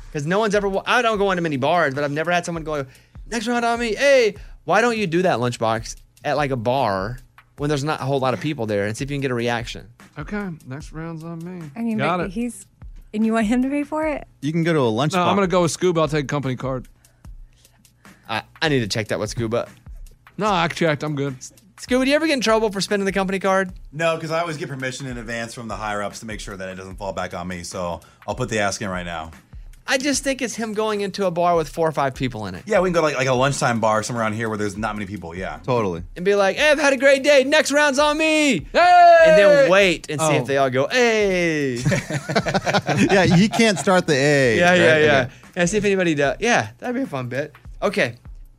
Speaker 1: Because no one's ever. I don't go into many bars, but I've never had someone go next round on me. Hey, why don't you do that lunchbox at like a bar when there's not a whole lot of people there and see if you can get a reaction?
Speaker 4: Okay, next round's on me.
Speaker 5: I mean,
Speaker 4: Got
Speaker 5: but
Speaker 4: it.
Speaker 5: he's and you want him to pay for it?
Speaker 2: You can go to a lunch.
Speaker 4: No,
Speaker 1: spot.
Speaker 4: I'm gonna go with Scuba. I'll take company card.
Speaker 1: I, I need to check that with Scuba.
Speaker 4: No, I checked. I'm good.
Speaker 1: Scuba, do you ever get in trouble for spending the company card?
Speaker 21: No, because I always get permission in advance from the higher ups to make sure that it doesn't fall back on me. So I'll put the ask in right now.
Speaker 1: I just think it's him going into a bar with four or five people in it
Speaker 21: Yeah, we can go to like, like a lunchtime bar somewhere around here where there's not many people. Yeah.
Speaker 2: Totally.
Speaker 1: and be like, "Hey, I've had a great day. Next round's on me." And then wait and see
Speaker 2: Oh.
Speaker 1: if they all go, "Hey."
Speaker 2: yeah, you can't start the A.
Speaker 1: Yeah,
Speaker 2: right?
Speaker 1: yeah, yeah.
Speaker 2: Okay.
Speaker 1: And see if anybody does. Yeah, that'd be a fun bit. Okay,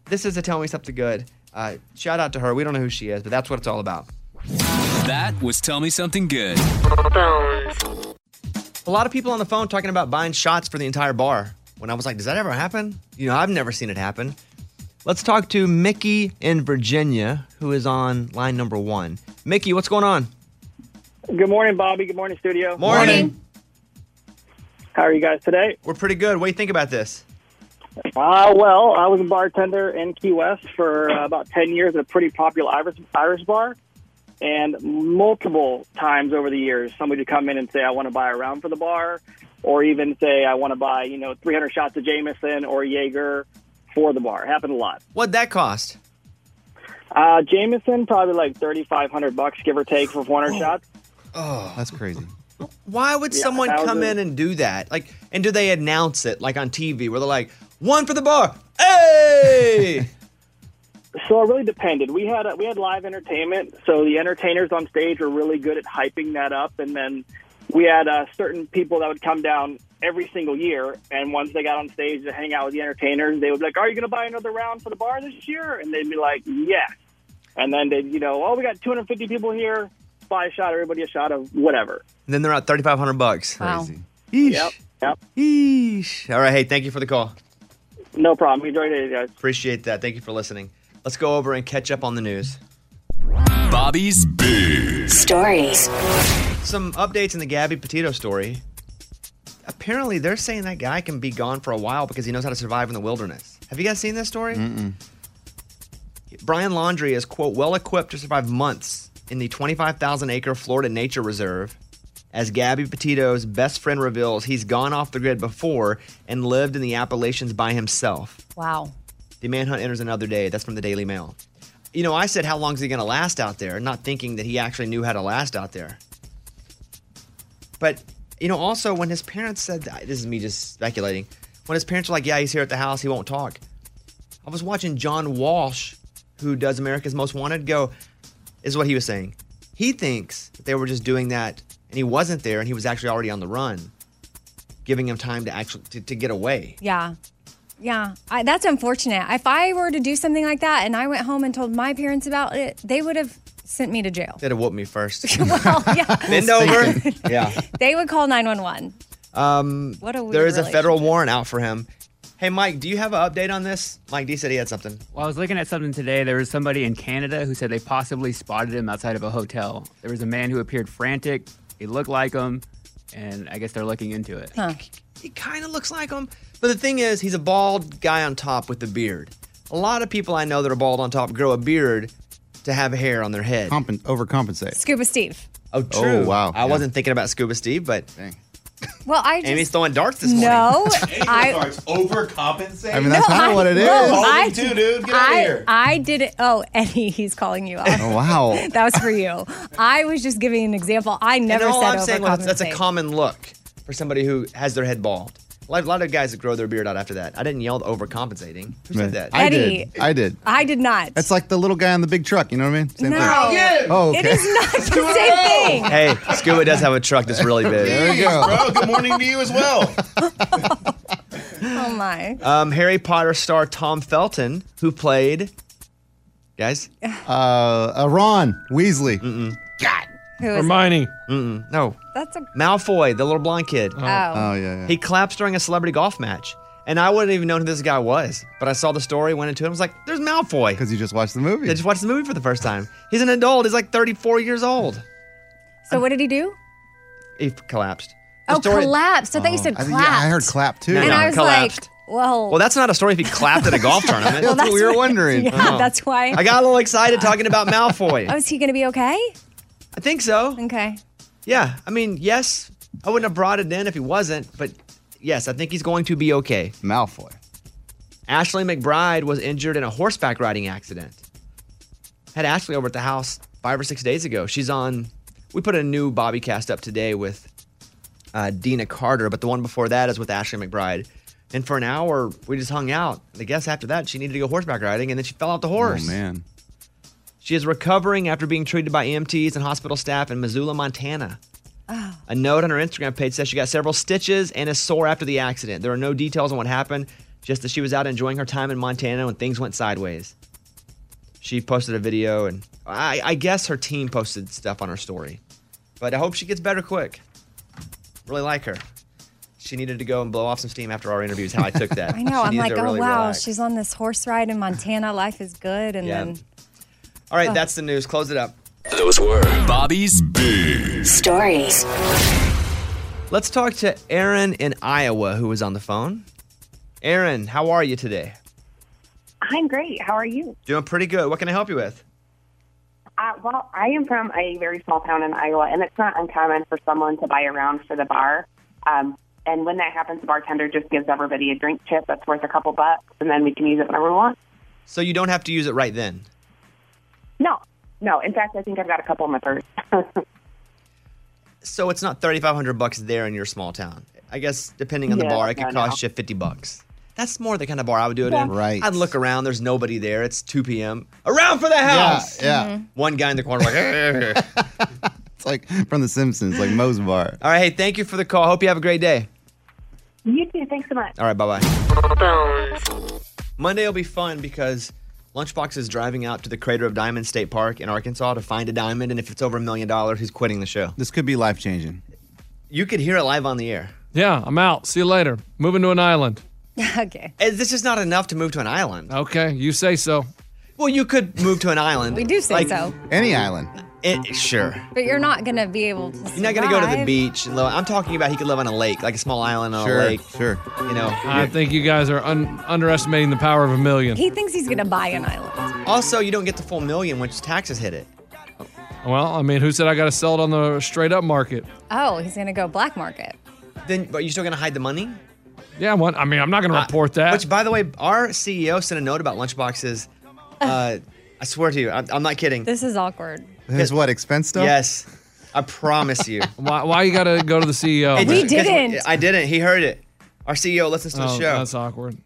Speaker 1: this is a tell me something good. Uh, shout out to her. We don't know who she is, but that's what it's all about.
Speaker 18: That was Tell Me Something Good.
Speaker 1: A lot of people on the phone talking about buying shots for the entire bar. When I was like, does that ever happen? You know, I've never seen it happen. Let's talk to Mickey in Virginia, who is on line number one. Mickey, what's going on?
Speaker 3: Good morning, Bobby. Good morning, studio.
Speaker 1: Morning.
Speaker 3: How are you guys today?
Speaker 1: We're pretty good. What do you think about this?
Speaker 3: Uh, well, I was a bartender in Key West for uh, about 10 years at a pretty popular Irish, Irish bar. And multiple times over the years, somebody would come in and say, I want to buy a round for the bar, or even say, I want to buy, you know, 300 shots of Jameson or Jaeger for the bar. Happened a lot.
Speaker 1: What'd that cost?
Speaker 3: Uh, Jameson, probably like 3500 bucks, give or take, for 400 shots.
Speaker 1: Oh,
Speaker 2: that's crazy.
Speaker 1: Why would
Speaker 3: Yeah,
Speaker 1: someone
Speaker 3: that was
Speaker 1: come
Speaker 3: a-
Speaker 1: in and do that? Like, and do they announce it like on TV where they're like, one for the bar? *laughs* Hey!
Speaker 3: So it really depended. We had we had live entertainment, so the entertainers on stage were really good at hyping that up, and then we had uh, certain people that would come down every single year, and once they got on stage to hang out with the entertainers, they would be like, "Are you going to buy another round for the bar this year?" And they'd be like, "Yes," and then they'd you know, "Oh, we got 250 people here, buy a shot, everybody a shot of whatever."
Speaker 1: and then they're out 3500 bucks. Crazy.
Speaker 3: Yep, yep.
Speaker 1: Yeesh. All right. Hey, thank you for the call.
Speaker 3: No problem. Enjoy it, guys.
Speaker 1: Appreciate that. Thank you for listening. Let's go over and catch up on the news.
Speaker 18: Bobby's Big
Speaker 10: Stories.
Speaker 1: Some updates in the Gabby Petito story. Apparently, they're saying that guy can be gone for a while because he knows how to survive in the wilderness. Have you guys seen this story?
Speaker 2: Mm-mm.
Speaker 1: Brian Laundry is, quote, well equipped to survive months in the 25,000 acre Florida Nature Reserve. As Gabby Petito's best friend reveals, he's gone off the grid before and lived in the Appalachians by himself.
Speaker 5: Wow.
Speaker 1: The manhunt enters another day. That's from the Daily Mail. You know, I said, how long is he going to last out there? Not thinking that he actually knew how to last out there. But, you know, also when his parents said, this is me just speculating, when his parents were like, yeah, he's here at the house, he won't talk. I was watching John Walsh, who does America's Most Wanted, go, is what he was saying. He thinks that they were just doing that and he wasn't there and he was actually already on the run, giving him time to actually to, to get away.
Speaker 5: Yeah. Yeah. I, that's unfortunate. If I were to do something like that and I went home and told my parents about it, they would have sent me to
Speaker 1: *laughs*
Speaker 5: jail. *laughs*
Speaker 1: They'd have whooped me first.
Speaker 5: well, yeah.
Speaker 1: Bend over. *laughs* yeah.
Speaker 5: They would call 911.
Speaker 1: Um,
Speaker 5: What a weird
Speaker 1: there is a federal
Speaker 5: relationship.
Speaker 1: warrant out for him. Hey, Mike, do you have an update on this? Mike D said he had something.
Speaker 22: Well, I was looking at something today. There was somebody in Canada who said they possibly spotted him outside of a hotel. There was a man who appeared frantic. He looked like him, and I guess they're looking into it.
Speaker 1: He kind of looks like him. But the thing is, he's a bald guy on top with a beard. A lot of people I know that are bald on top grow a beard to have hair on their head.
Speaker 2: Compen- overcompensate.
Speaker 5: Scuba Steve.
Speaker 1: Oh, true.
Speaker 2: wow.
Speaker 1: I wasn't thinking about Scuba Steve, but
Speaker 5: Well, I just.
Speaker 1: Amy's throwing darts this morning. *laughs*
Speaker 5: No, I.
Speaker 21: Starts overcompensate.
Speaker 1: I mean, that's
Speaker 5: No, *laughs*
Speaker 1: kinda
Speaker 5: I-
Speaker 1: what it is.
Speaker 5: no,
Speaker 1: All
Speaker 5: I
Speaker 1: you do, dude. Get outta
Speaker 5: I,
Speaker 1: here.
Speaker 5: I did it. Oh, *laughs* Eddie, he's calling you out.
Speaker 1: Oh, wow.
Speaker 5: *laughs* that was for you. I was just giving an example. I never
Speaker 1: and all
Speaker 5: said
Speaker 1: I'm saying was that's a
Speaker 5: overcompensate.
Speaker 1: common look for somebody who has their head bald. A lot- a lot of guys that grow their beard out after that. I didn't yell overcompensating. Who said that?
Speaker 2: I
Speaker 5: Eddie.
Speaker 2: did. I did.
Speaker 5: I did not.
Speaker 2: It's like the little guy on the big truck. You know what I mean? Same
Speaker 5: no,
Speaker 2: thing. Oh,
Speaker 5: it
Speaker 2: okay.
Speaker 5: is not
Speaker 1: *laughs*
Speaker 5: the same thing.
Speaker 1: Hey, Scuba does have a truck that's really big.
Speaker 2: There we go.
Speaker 12: Bro, good morning to you as well.
Speaker 5: Oh my.
Speaker 1: Um, Harry Potter star Tom Felton, who played, guys,
Speaker 5: *laughs*
Speaker 2: uh, uh, Ron Weasley.
Speaker 1: Mm-mm.
Speaker 5: Who is it?
Speaker 1: Hermione. Mm-mm. No,
Speaker 5: That's
Speaker 1: Oh.
Speaker 5: a.
Speaker 1: Malfoy, the little blonde kid.
Speaker 5: Oh. Oh,
Speaker 2: yeah, yeah.
Speaker 1: He collapsed during a celebrity golf match, and I wouldn't even known who this guy was. But I saw the story, went into it, and was like,
Speaker 5: *laughs*
Speaker 1: "There's Malfoy." Because
Speaker 2: you just watched the movie.
Speaker 1: I just watched the movie for the first time. He's an adult. He's like 34 years old.
Speaker 5: So what did he do?
Speaker 1: He collapsed. The
Speaker 5: Oh,
Speaker 1: story-
Speaker 5: collapsed. I thought you said
Speaker 1: I
Speaker 5: clapped.
Speaker 1: think- yeah, I
Speaker 2: heard clap too.
Speaker 1: No,
Speaker 5: and
Speaker 1: no,
Speaker 5: I was
Speaker 1: collapsed.
Speaker 5: like, well,
Speaker 1: Well, that's not a story if he clapped at
Speaker 5: *laughs*
Speaker 1: a golf tournament.
Speaker 5: Well, That's what we that's were what- wondering. *laughs* yeah,
Speaker 1: Oh.
Speaker 5: that's why-
Speaker 1: I got a little excited talking
Speaker 5: *laughs*
Speaker 1: about Malfoy.
Speaker 5: oh, is he going to be okay?
Speaker 1: I think so.
Speaker 5: Okay.
Speaker 1: Yeah, I mean, yes, I wouldn't have brought it in if he wasn't, but yes, I think he's going to be okay.
Speaker 2: Malfoy.
Speaker 1: Ashley McBride was injured in a horseback riding accident. Had Ashley over at the house five or six days ago. She's on. We put a new Bobby cast up today with uh, Dina Carter, but the one before that is with Ashley McBride. And for an hour, we just hung out. I guess after that, she needed to go horseback riding, and then she fell off the horse.
Speaker 2: Oh man.
Speaker 1: She is recovering after being treated by EMTs and hospital staff in Missoula, Montana.
Speaker 5: Oh.
Speaker 1: A note on her Instagram page says she got several stitches and is sore after the accident. There are no details on what happened, just that she was out enjoying her time in Montana when things went sideways. She posted a video, and I, I guess her team posted stuff on her story. But I hope she gets better quick. Really like her. She needed to go and blow off some steam after our interview. Is how I took
Speaker 5: *laughs*
Speaker 1: that.
Speaker 5: I know.
Speaker 1: She
Speaker 5: I'm
Speaker 1: needed
Speaker 5: like,
Speaker 1: to
Speaker 5: oh,
Speaker 1: really
Speaker 5: wow.
Speaker 1: relax.
Speaker 5: She's on this horse ride in Montana. Life is good. And
Speaker 1: Yeah.
Speaker 5: then.
Speaker 1: All right,
Speaker 5: Oh.
Speaker 1: that's the news. Close it up.
Speaker 18: Those were Bobby's Big
Speaker 10: Stories.
Speaker 1: Let's talk to Aaron in Iowa, who is on the phone. Aaron, how are you today?
Speaker 24: I'm great. How are you?
Speaker 1: Doing pretty good. What can I help you with?
Speaker 24: Uh, well, I am from a very small town in Iowa, and it's not uncommon for someone to buy a round for the bar. Um, and when that happens, the bartender just gives everybody a drink tip that's worth a couple bucks, and then we can use it whenever we want.
Speaker 1: So you don't have to use it right then.
Speaker 24: No, no. In fact, I think I've got a couple in my purse.
Speaker 1: So it's not 3500 bucks there in your small town. I guess depending on the
Speaker 24: Yeah,
Speaker 1: bar, it could
Speaker 24: I know.
Speaker 1: cost you 50 bucks. That's more the kind of bar I would do it in.
Speaker 24: Yeah. Right.
Speaker 1: I'd look around. There's nobody there. It's 2 p.m. Around for the house.
Speaker 2: yeah.
Speaker 5: Mm-hmm.
Speaker 2: Mhm.
Speaker 1: One guy in the corner like, *laughs*
Speaker 2: It's like from The Simpsons, like Moe's Bar.
Speaker 1: all right, hey, thank you for the call. Hope you have a great day.
Speaker 24: you too. Thanks so much.
Speaker 1: All right, bye bye. Monday will be fun because Lunchbox is driving out to the crater of Diamond State Park in Arkansas to find a diamond, and if it's over a million dollars, he's quitting the show.
Speaker 2: This could be life changing.
Speaker 1: You could hear it live on the air.
Speaker 4: Yeah, I'm out. See you later. Moving to an island.
Speaker 5: *laughs* okay.
Speaker 1: Eh, This is not enough to move to an island.
Speaker 4: Okay, you say so.
Speaker 1: Well, you could move to an island.
Speaker 5: We do say so.
Speaker 2: Any
Speaker 1: Oh.
Speaker 2: island.
Speaker 1: It, sure.
Speaker 5: But you're not going to be able to.
Speaker 1: You're not going to go to the beach. and live- I'm talking about he could live on a lake, Oh, like a small island on
Speaker 4: Sure, Uh,
Speaker 1: a lake.
Speaker 2: Sure.
Speaker 1: You know.
Speaker 4: I think you guys are un- underestimating the power of a million.
Speaker 5: He thinks he's going to buy an island.
Speaker 1: Also, you don't get the full million once taxes hit it.
Speaker 4: Well, I mean, who said I got to sell it on the straight up market?
Speaker 5: Oh, he's going to go black market.
Speaker 1: Then, but you're still going to hide the money?
Speaker 4: Yeah, well, I mean, I'm not going to report that.
Speaker 1: Which, by the way, our CEO sent a note about lunchboxes. Uh, I swear to you, I'm, I'm not kidding.
Speaker 5: This is awkward.
Speaker 2: His what, expense stuff?
Speaker 1: Yes. I promise
Speaker 5: *laughs*
Speaker 1: you.
Speaker 4: why, why you got to go to the E CEO?
Speaker 1: It-
Speaker 5: We
Speaker 1: 'cause
Speaker 5: didn't.
Speaker 1: I didn't. He heard it. Our CEO listens to the
Speaker 4: Oh,
Speaker 1: show.
Speaker 4: that's awkward.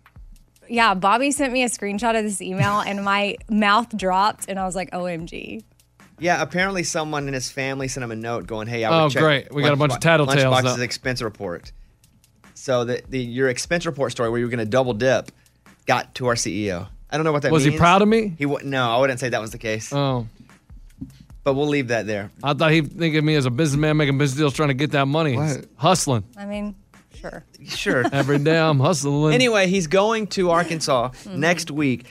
Speaker 5: Yeah, Bobby sent me a screenshot of this email and my mouth dropped and I was like, OMG.
Speaker 1: Yeah, apparently someone in his family sent him a note going, "Hey, I
Speaker 4: Oh,
Speaker 1: would check
Speaker 4: great. We got a bunch of
Speaker 1: Lunchbo-
Speaker 4: tattletales
Speaker 1: Lunchbox's
Speaker 4: up.
Speaker 1: expense report. So the, the your expense report story where you were going to double dip got to our CEO. I don't know what that
Speaker 4: Was he
Speaker 1: means.
Speaker 4: proud of me?
Speaker 1: He wa- no, I wouldn't say that was the case.
Speaker 4: Oh.
Speaker 1: But we'll leave that there.
Speaker 4: I thought he'd think of me as a businessman making business deals trying to get that money. Hustling.
Speaker 5: I mean, sure.
Speaker 4: *laughs*
Speaker 1: Sure.
Speaker 4: Every day I'm hustling.
Speaker 1: *laughs* Anyway, he's going to Arkansas
Speaker 16: Mm-hmm.
Speaker 1: next week.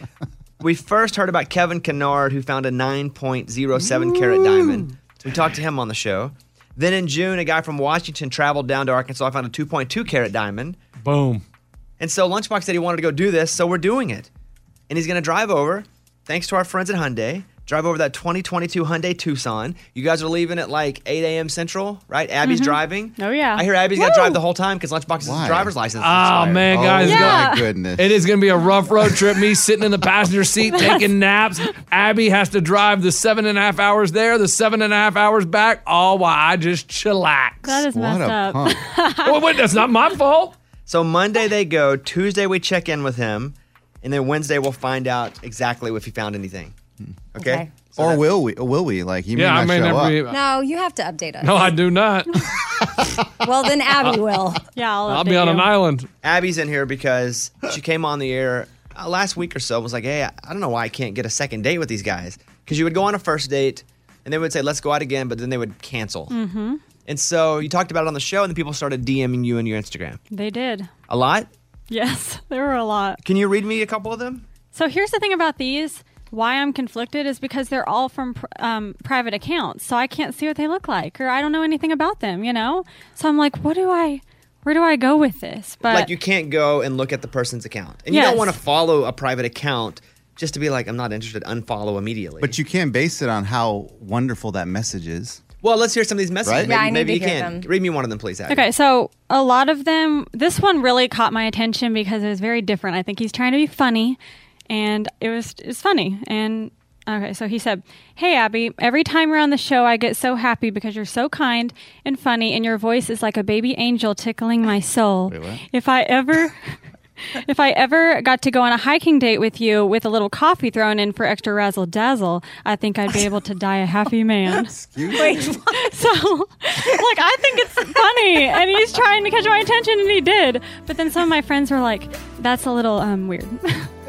Speaker 1: We first heard about Kevin Kennard, who found a 9.07 carat diamond. We talked to him on the show. Then in June, a guy from Washington traveled down to Arkansas, found a 2.2 carat diamond.
Speaker 4: Boom.
Speaker 1: And so Lunchbox said he wanted to go do this, so we're doing it. And he's going to drive over, thanks to our friends at Hyundai, drive over that 2022 Hyundai Tucson. You guys are leaving at like 8 a.m. Central, right? Abby's
Speaker 16: Mhm.
Speaker 1: driving.
Speaker 16: Oh, yeah. Ah,
Speaker 1: I hear Abby's got to drive the whole time because Lunchbox's
Speaker 4: Why?
Speaker 1: driver's license.
Speaker 4: Oh man, guys,
Speaker 1: Oh,
Speaker 4: go-
Speaker 1: my goodness.
Speaker 4: it is going to be a rough road trip. Me sitting in the
Speaker 16: *laughs*
Speaker 4: passenger seat taking naps. Abby has to drive the seven and a half hours there, the seven and a half hours back. All while I just chillax.
Speaker 16: That is messed up.
Speaker 5: *laughs*
Speaker 4: well, wait, that's not my fault.
Speaker 1: So Monday they go. Tuesday we check in with him, and then Wednesday we'll find out exactly if he found anything. Okay.
Speaker 5: Okay.
Speaker 2: or will we? Will we? Like he may
Speaker 4: Yeah,
Speaker 2: not
Speaker 4: I may
Speaker 2: show
Speaker 4: never
Speaker 2: up.
Speaker 4: be-
Speaker 5: No, you have to update us.
Speaker 4: *laughs* No, I do
Speaker 16: *laughs*
Speaker 4: not.
Speaker 5: Well, then Abby will.
Speaker 16: Yeah,
Speaker 4: island.
Speaker 1: Abby's in here because she came on the air uh, last week or so. and Was like, hey, I I don't know why I can't get a second date with these guys because you would go on a first date and they would say let's go out again, but then they would cancel.
Speaker 16: Mm-hmm.
Speaker 1: And so you talked about it on the show, and then people started DMing you on your Instagram
Speaker 16: They did.
Speaker 1: a lot.
Speaker 16: Yes, *laughs* there were a lot.
Speaker 1: Can you read me a couple of them?
Speaker 16: So here's the thing about these. Why I'm conflicted is because they're all from pr- um, private accounts, so I can't see what they look like, or I don't know anything about them. You know, so I'm like, what do I? Where do I go with this? But
Speaker 1: like you can't go and look at the person's account, and you don't
Speaker 16: Uh, Yes.
Speaker 1: want to follow a private account just to be like, I'm not interested. Unfollow immediately.
Speaker 2: But you can't base it on how wonderful that message is.
Speaker 1: Well, let's hear some of these
Speaker 2: Right?
Speaker 1: messages. Maybe,
Speaker 2: Yeah, I need
Speaker 1: maybe
Speaker 2: to
Speaker 1: you
Speaker 2: hear
Speaker 1: can read me one of them, please. Abby.
Speaker 16: Okay, so a lot of them, this one really caught my attention because it was very different. I think he's trying to be funny, and it was it's funny. And okay, so he said, "Hey Abby, every time you're on the show, I get so happy because you're so kind and funny, and your voice is like a baby angel tickling my soul. *laughs* If I ever." If I ever got to go on a hiking date with you with a little coffee thrown in for extra razzle dazzle, I think I'd be able to die a happy man.
Speaker 5: Wait,
Speaker 16: So, like, I think it's funny, and he's trying to catch my attention, and he did. But then some of my friends were like, "That's a little um weird."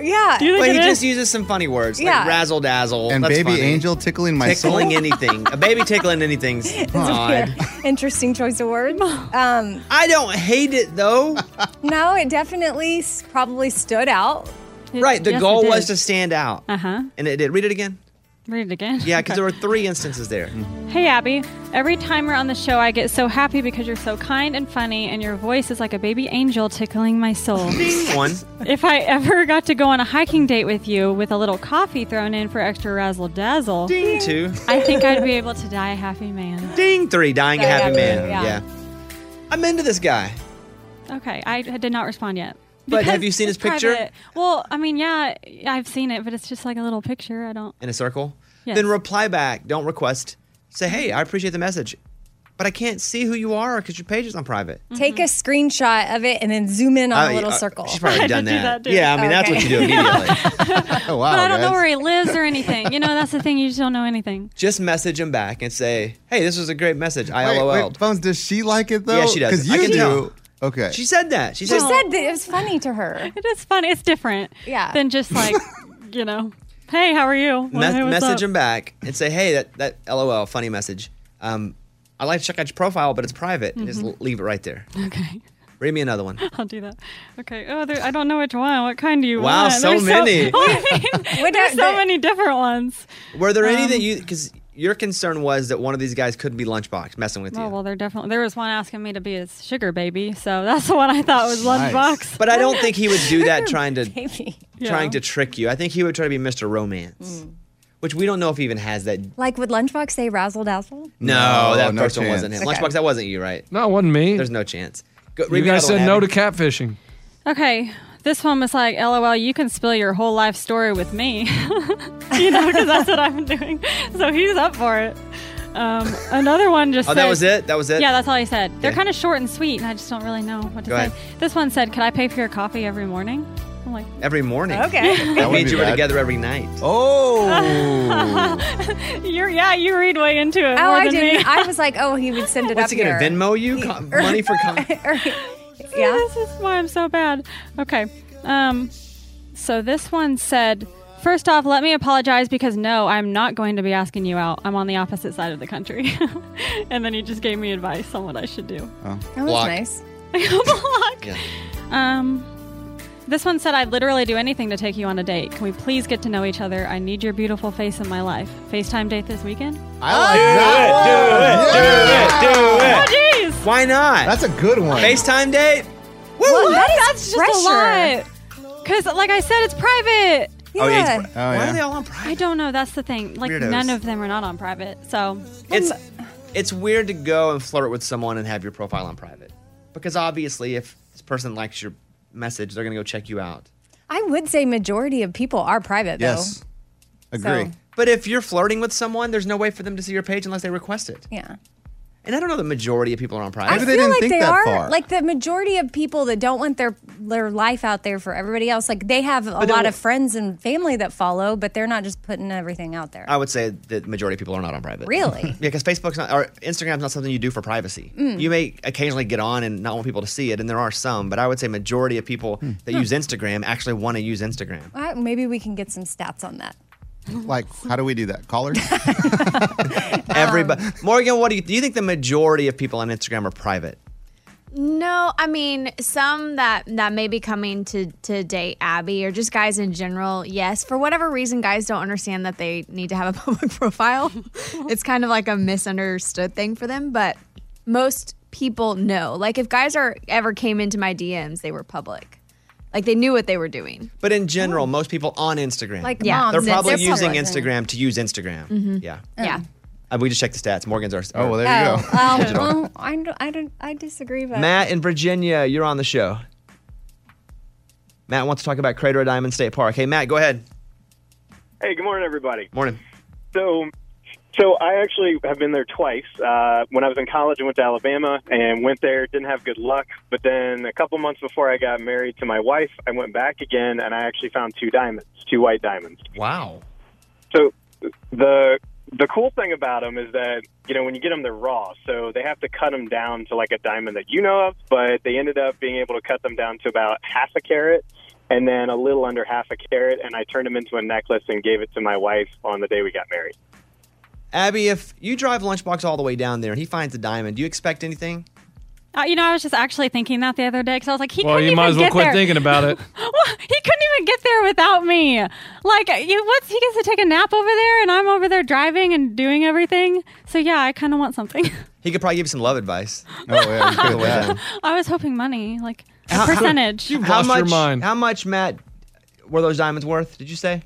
Speaker 5: Yeah.
Speaker 16: Do you
Speaker 1: Well,
Speaker 16: think
Speaker 1: he
Speaker 16: it
Speaker 1: just
Speaker 16: is?
Speaker 1: uses some funny words like
Speaker 16: Yeah.
Speaker 1: razzle dazzle
Speaker 2: And
Speaker 1: that's
Speaker 2: baby
Speaker 1: funny.
Speaker 2: angel tickling my soul?
Speaker 1: *laughs* tickling anything. A baby tickling anything's
Speaker 5: It's
Speaker 1: odd.
Speaker 5: a weird- interesting choice
Speaker 16: *laughs*
Speaker 5: of words. Um,
Speaker 1: I don't hate it though.
Speaker 5: no, it definitely s- probably stood out.
Speaker 1: Right. The goal was to stand out,
Speaker 16: Uh huh.
Speaker 1: and it did. Read it again.
Speaker 16: Read it again.
Speaker 1: Yeah, because there were three instances there.
Speaker 2: Mm.
Speaker 16: Hey Abby, every time we're on the show, I get so happy because you're so kind and funny, and your voice is like a baby angel tickling my soul.
Speaker 1: One.
Speaker 16: If I ever got to go on a hiking date with you with a little coffee thrown in for extra razzle dazzle,
Speaker 1: Ding two.
Speaker 16: I think I'd be able to die a happy man.
Speaker 1: Ding three. Dying a
Speaker 16: Yeah,
Speaker 1: happy
Speaker 16: yeah,
Speaker 1: man.
Speaker 16: yeah.
Speaker 1: Yeah. I'm into this guy.
Speaker 16: Okay, I did not respond yet.
Speaker 1: But have
Speaker 16: Because
Speaker 1: you seen his
Speaker 16: it's
Speaker 1: picture?
Speaker 16: private. Well, I mean, yeah, I've seen it, but it's just like a little picture. I don't.
Speaker 1: In a circle. Then reply back. Don't request. Say, hey, I appreciate the message, but I can't see who you are because your page is on private.
Speaker 5: Take a
Speaker 16: Mm-hmm.
Speaker 5: screenshot of it and then zoom in on
Speaker 1: I-
Speaker 5: a little
Speaker 1: I-
Speaker 5: circle.
Speaker 16: *laughs*
Speaker 1: She's probably done that.
Speaker 16: that, too.
Speaker 1: yeah, I mean that's what you do
Speaker 16: Okay. *laughs*
Speaker 1: immediately. oh, wow,
Speaker 16: but I don't know
Speaker 1: guys.
Speaker 16: where he lives or anything. You know, that's the thing. You just don't know anything.
Speaker 1: Just message him back and say, hey, this was a great message. I
Speaker 2: Wait,
Speaker 1: LOL.
Speaker 2: wait, Bones, does she like it though?
Speaker 1: Yeah, she does.
Speaker 2: Because
Speaker 1: I
Speaker 2: you
Speaker 1: can
Speaker 2: do.
Speaker 1: tell.
Speaker 2: Okay.
Speaker 1: She said
Speaker 5: *laughs*
Speaker 1: that.
Speaker 5: She
Speaker 1: She said,
Speaker 5: said that it was funny to her.
Speaker 16: It is funny. It's different.
Speaker 5: Yeah.
Speaker 16: Than just
Speaker 1: *laughs*
Speaker 16: like, you know, hey, how are you?
Speaker 1: me-
Speaker 16: Well, hey, what's up?"
Speaker 1: message him back and say, hey, that, that LOL, funny message. Um, I'd like to check out your profile, but it's private. Just
Speaker 16: Mhm.
Speaker 1: l- leave it right there.
Speaker 16: Okay. *laughs*
Speaker 1: Read me another one.
Speaker 16: I'll do that. Okay. Oh, there, I don't know which one. What kind do you
Speaker 1: Wow,
Speaker 16: want?
Speaker 1: so
Speaker 16: There's *laughs*
Speaker 1: many. *laughs*
Speaker 16: I mean, there's so many different ones.
Speaker 1: Were there any
Speaker 16: Um,
Speaker 1: that you, because your concern was that one of these guys could be Lunchbox messing with
Speaker 16: Oh
Speaker 1: you.
Speaker 16: well, there definitely there was one asking me to be his sugar baby, so that's the one I thought was
Speaker 1: Nice.
Speaker 16: lunchbox.
Speaker 1: But I don't think he would do that trying to
Speaker 5: Baby.
Speaker 1: trying to trick you. I think he would try to be Mr. Romance, which we don't know if he even has that.
Speaker 5: Like, would Lunchbox say razzle dazzle?
Speaker 1: No,
Speaker 4: No,
Speaker 1: that
Speaker 4: no
Speaker 1: first one wasn't him.
Speaker 4: chance.
Speaker 1: Lunchbox, that wasn't you, right?
Speaker 4: No, it wasn't me.
Speaker 1: There's no chance. Go,
Speaker 4: You
Speaker 1: read me
Speaker 4: guys
Speaker 1: another
Speaker 4: said no
Speaker 1: one,
Speaker 4: to
Speaker 1: Abby.
Speaker 4: catfishing.
Speaker 16: Okay, this one was like, "LOL, you can spill your whole life story with me," *laughs* you know, because that's what I'm doing. *laughs* So he's up for it. Um, another one just.
Speaker 1: Oh, that
Speaker 16: said-
Speaker 1: was it? That was it?
Speaker 16: Yeah, that's all he said. They're
Speaker 1: Okay.
Speaker 16: kind of short and sweet, and I just don't really know what to
Speaker 1: Go
Speaker 16: say.
Speaker 1: ahead.
Speaker 16: This one said, "Could I pay for your coffee every morning?" I'm like,
Speaker 1: Every morning.
Speaker 16: Okay.
Speaker 5: *laughs*
Speaker 16: That
Speaker 1: That
Speaker 16: wouldn't
Speaker 1: means
Speaker 16: be
Speaker 1: you were
Speaker 16: bad.
Speaker 1: together every night.
Speaker 2: Oh.
Speaker 16: "You're yeah, you read way into it."
Speaker 5: Oh,
Speaker 16: more
Speaker 5: I
Speaker 16: than
Speaker 5: didn't.
Speaker 16: me.
Speaker 5: I was like, oh, he would send it
Speaker 1: What's
Speaker 5: up
Speaker 1: he gonna
Speaker 5: here.
Speaker 1: Venmo you? Co-
Speaker 5: *laughs*
Speaker 1: *laughs* money for coffee?
Speaker 16: *laughs* yeah. This is why I'm so bad. Okay. Um, so this one said, first off, let me apologize because no, I'm not going to be asking you out. I'm on the opposite side of the country. *laughs* and then he just gave me advice on what I should do. *laughs*
Speaker 2: Oh,
Speaker 5: That was
Speaker 16: Block.
Speaker 5: nice.
Speaker 16: Block.
Speaker 1: Yeah.
Speaker 16: Um, this one said, I'd literally do anything to take you on a date. Can we please get to know each other? I need your beautiful face in my life. FaceTime date this weekend?
Speaker 2: I like that.
Speaker 1: Do
Speaker 2: Yeah.
Speaker 1: it, do it, do
Speaker 16: it, do it.
Speaker 1: Why not?
Speaker 2: That's a good one.
Speaker 1: FaceTime date?
Speaker 16: Well,
Speaker 1: that
Speaker 16: that's just
Speaker 1: pressure.
Speaker 16: a lot. Because, like I said, it's private.
Speaker 1: Oh, yeah, it's pri- Oh, Why yeah. are they all
Speaker 16: on private? I don't know. That's the thing. Like,
Speaker 1: Weirdos.
Speaker 16: none of them are not on private. So
Speaker 1: It's
Speaker 5: Um,
Speaker 1: it's weird to go and flirt with someone and have your profile on private. Because obviously if this person likes your message, they're gonna go check you out.
Speaker 5: I would say majority of people are private, though. Agree. So-
Speaker 1: But if you're flirting with someone, there's no way for them to see your page unless they request it.
Speaker 5: Yeah.
Speaker 1: And I don't know the majority of people are on private.
Speaker 5: I feel like they are like the majority of people that don't want their their life out there for everybody else. Like they have a
Speaker 1: But
Speaker 5: lot
Speaker 1: don't-
Speaker 5: of friends and family that follow, but they're not just putting everything out there.
Speaker 1: I would say that the majority of people are not on private.
Speaker 5: Really?
Speaker 1: *laughs* yeah, because Facebook's not, or Instagram's not something you do for privacy.
Speaker 5: Mm.
Speaker 1: You may occasionally get on and not want people to see it, and there are some, but I would say majority of people that
Speaker 5: Hmm. Huh.
Speaker 1: use Instagram actually want to use Instagram.
Speaker 5: Uh, maybe we can get some stats on that.
Speaker 2: Like, how do we do that?
Speaker 1: *laughs*
Speaker 2: Callers?
Speaker 1: Everybody, Morgan, what do you do? You think the majority of people on Instagram are private?
Speaker 8: No, I mean some that that may be coming to to date Abby or just guys in general. Yes, for whatever reason, guys don't understand that they need to have a *laughs* public
Speaker 16: *laughs*
Speaker 8: profile. it's kind of like a misunderstood thing for them, but most people know. Like if guys are ever came into my DMs, they were public. Like they knew what they were doing.
Speaker 1: But in
Speaker 5: Oh.
Speaker 1: general, most people on Instagram,
Speaker 8: Like Yeah. moms,
Speaker 1: they're
Speaker 8: it's-
Speaker 1: probably
Speaker 8: it's
Speaker 1: using
Speaker 8: public.
Speaker 1: Instagram to use Instagram.
Speaker 5: Mm-hmm.
Speaker 8: Mhm.
Speaker 1: Yeah,
Speaker 8: Yeah.
Speaker 1: Uh, we just checked the stats. Morgan's our.
Speaker 2: Oh, well, there
Speaker 5: oh,
Speaker 1: *laughs*
Speaker 5: well,
Speaker 1: Digital.
Speaker 5: well, I, don't- I, don't- I disagree, but
Speaker 1: Matt in Virginia, you're on the show. Matt wants to talk about Crater of Diamond State Park. Hey, Matt, go ahead.
Speaker 12: Hey, good morning, everybody.
Speaker 1: Morning.
Speaker 12: So, so I actually have been there twice. Uh, when I was in college, I went to Alabama and went there. Didn't have good luck. But then a couple months before I got married to my wife, I went back again, and I actually found two diamonds, two white diamonds.
Speaker 1: Wow.
Speaker 12: So the the cool thing about them is that you know when you get them they're raw, so they have to cut them down to like a diamond that you know of. But they ended up being able to cut them down to about half a carat, and then a little under half a carat, and I turned them into a necklace and gave it to my wife on the day we got married.
Speaker 1: Abby, if you drive Lunchbox all the way down there and he finds a diamond, do you expect anything?
Speaker 16: Uh, you know, I was just actually thinking that the other day because I was like, he
Speaker 1: Well,
Speaker 16: couldn't
Speaker 1: you might
Speaker 16: even
Speaker 1: as well
Speaker 16: get
Speaker 1: quit
Speaker 16: there.
Speaker 1: thinking
Speaker 16: *laughs*
Speaker 1: about
Speaker 4: it.
Speaker 16: Well, he couldn't even get there without me. Like, you, what's he gets to take a nap over there, and I'm over there driving and doing everything. So yeah, I kind of want something. *laughs*
Speaker 1: He could probably give you some love *laughs* advice.
Speaker 2: Oh yeah,
Speaker 16: you could
Speaker 1: the way
Speaker 16: have
Speaker 1: down.
Speaker 16: I was hoping money, like a percentage.
Speaker 1: how much, How much, Matt, were those diamonds worth? Did you say?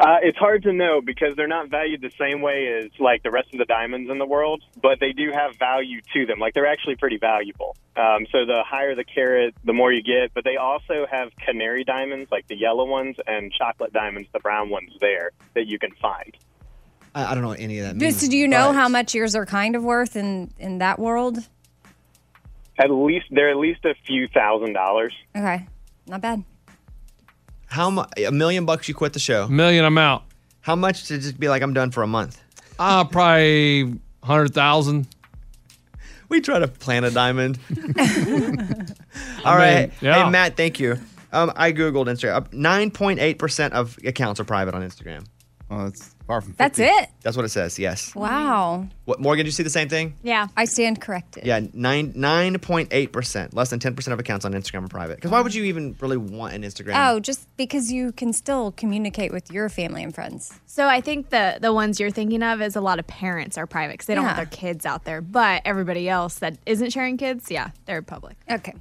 Speaker 12: Uh, it's hard to know because they're not valued the same way as like the rest of the diamonds in the world, but they do have value to them. Like they're actually pretty valuable. Um, so the higher the carat, the more you get. But they also have canary diamonds, like the yellow ones, and chocolate diamonds, the brown ones there that you can find.
Speaker 1: I, I don't know what any of that means.
Speaker 5: Just, do you know how much yours are kind of worth in in that world?
Speaker 12: At least they're at least a few thousand dollars.
Speaker 5: Okay, not bad.
Speaker 1: How much? A million bucks? You quit the show?
Speaker 4: Million, I'm out.
Speaker 1: How much to just be like, I'm done for a month?
Speaker 4: Uh, probably hundred thousand.
Speaker 1: We try to plant
Speaker 16: *laughs*
Speaker 1: a diamond. All right,
Speaker 4: yeah.
Speaker 1: Hey, Matt, thank you. Um, I Googled Instagram. 9.8% of accounts are private on Instagram.
Speaker 2: Oh, that's far from
Speaker 5: That's it.
Speaker 1: That's what it says, yes.
Speaker 5: Wow.
Speaker 1: What, Morgan, did you see the same thing?
Speaker 5: Yeah, I stand corrected.
Speaker 1: Yeah, nine nine point eight percent, less than ten percent of accounts on Instagram are private. Because why would you even really want an Instagram?
Speaker 5: Oh, just because you can still communicate with your family and friends.
Speaker 8: So I think the the ones you're thinking of is a lot of parents are private because they don't want
Speaker 5: Yeah.
Speaker 8: their kids out there. But everybody else that isn't sharing kids, yeah, they're public.
Speaker 5: Okay.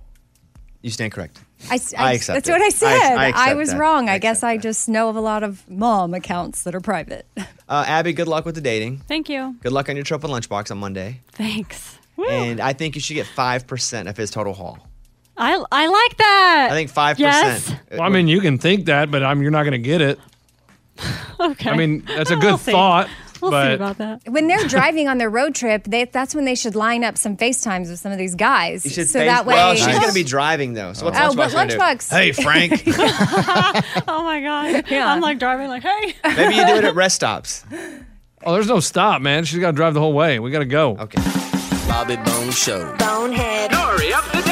Speaker 1: You stand correct.
Speaker 5: I, s-
Speaker 1: I
Speaker 5: I s-
Speaker 1: accept
Speaker 5: That's
Speaker 1: it.
Speaker 5: what
Speaker 1: I
Speaker 5: I
Speaker 1: ac-
Speaker 5: said.
Speaker 1: I
Speaker 5: I,
Speaker 1: accept
Speaker 5: was
Speaker 1: that.
Speaker 5: wrong. I, guess I just know of a lot of mom accounts that are private. *laughs*
Speaker 1: Uh, Abby, good luck with the dating.
Speaker 16: Thank you.
Speaker 1: Good luck on your trip with Lunchbox on Monday.
Speaker 8: *laughs*
Speaker 16: Thanks.
Speaker 1: And I think you should get five percent of his total haul.
Speaker 16: I, I like that.
Speaker 1: I think five
Speaker 16: Yes.
Speaker 1: percent.
Speaker 4: Well, I mean, you can think that, but I'm, you're not going to get it.
Speaker 16: *laughs* Okay.
Speaker 4: I mean, that's a
Speaker 16: We'll
Speaker 4: good
Speaker 16: see.
Speaker 4: thought.
Speaker 16: We'll
Speaker 4: but
Speaker 16: see about that.
Speaker 5: When they're driving on their road trip, they, that's when they should line up some FaceTimes with some of these guys.
Speaker 1: You should
Speaker 5: so
Speaker 1: face-
Speaker 5: that way.
Speaker 1: Well, she's gonna be driving though. So what's
Speaker 5: *laughs* Oh,
Speaker 1: Lunchbox
Speaker 5: but
Speaker 1: gonna do?
Speaker 5: Lunchbox- *laughs*
Speaker 1: Hey, Frank.
Speaker 16: oh my god. I'm like driving like, hey.
Speaker 1: Maybe you do it
Speaker 5: *laughs*
Speaker 1: at rest stops.
Speaker 4: Oh, there's no stop, man. She's got to drive the whole way. We got to go.
Speaker 1: Okay.
Speaker 4: Bobby Bone Show.
Speaker 10: Bonehead.
Speaker 7: Story of the day.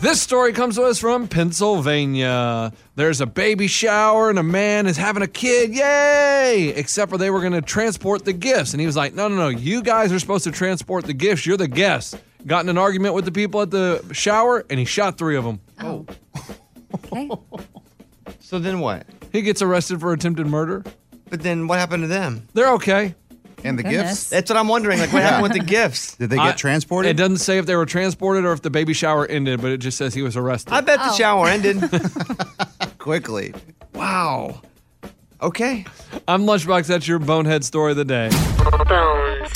Speaker 4: This story comes to us from Pennsylvania. There's a baby shower and a man is having a kid. Yay! Except for they were going to transport the gifts. And he was like, no, no, no. You guys are supposed to transport the gifts. You're the guests. Got in an argument with the people at the shower and he shot three of them.
Speaker 5: Oh.
Speaker 1: So then what?
Speaker 4: He gets arrested for attempted murder.
Speaker 1: But then what happened to them?
Speaker 4: They're okay.
Speaker 2: And the
Speaker 1: Goodness. That's what I'm wondering. Like, what
Speaker 5: *laughs*
Speaker 1: happened with the gifts?
Speaker 2: Did they get transported?
Speaker 4: It doesn't say if they were transported or if the baby shower ended, but it just says he was arrested.
Speaker 1: I
Speaker 5: Oh.
Speaker 1: bet the shower ended.
Speaker 2: quickly.
Speaker 4: Wow.
Speaker 1: Okay.
Speaker 4: I'm Lunchbox. That's your bonehead story of the day.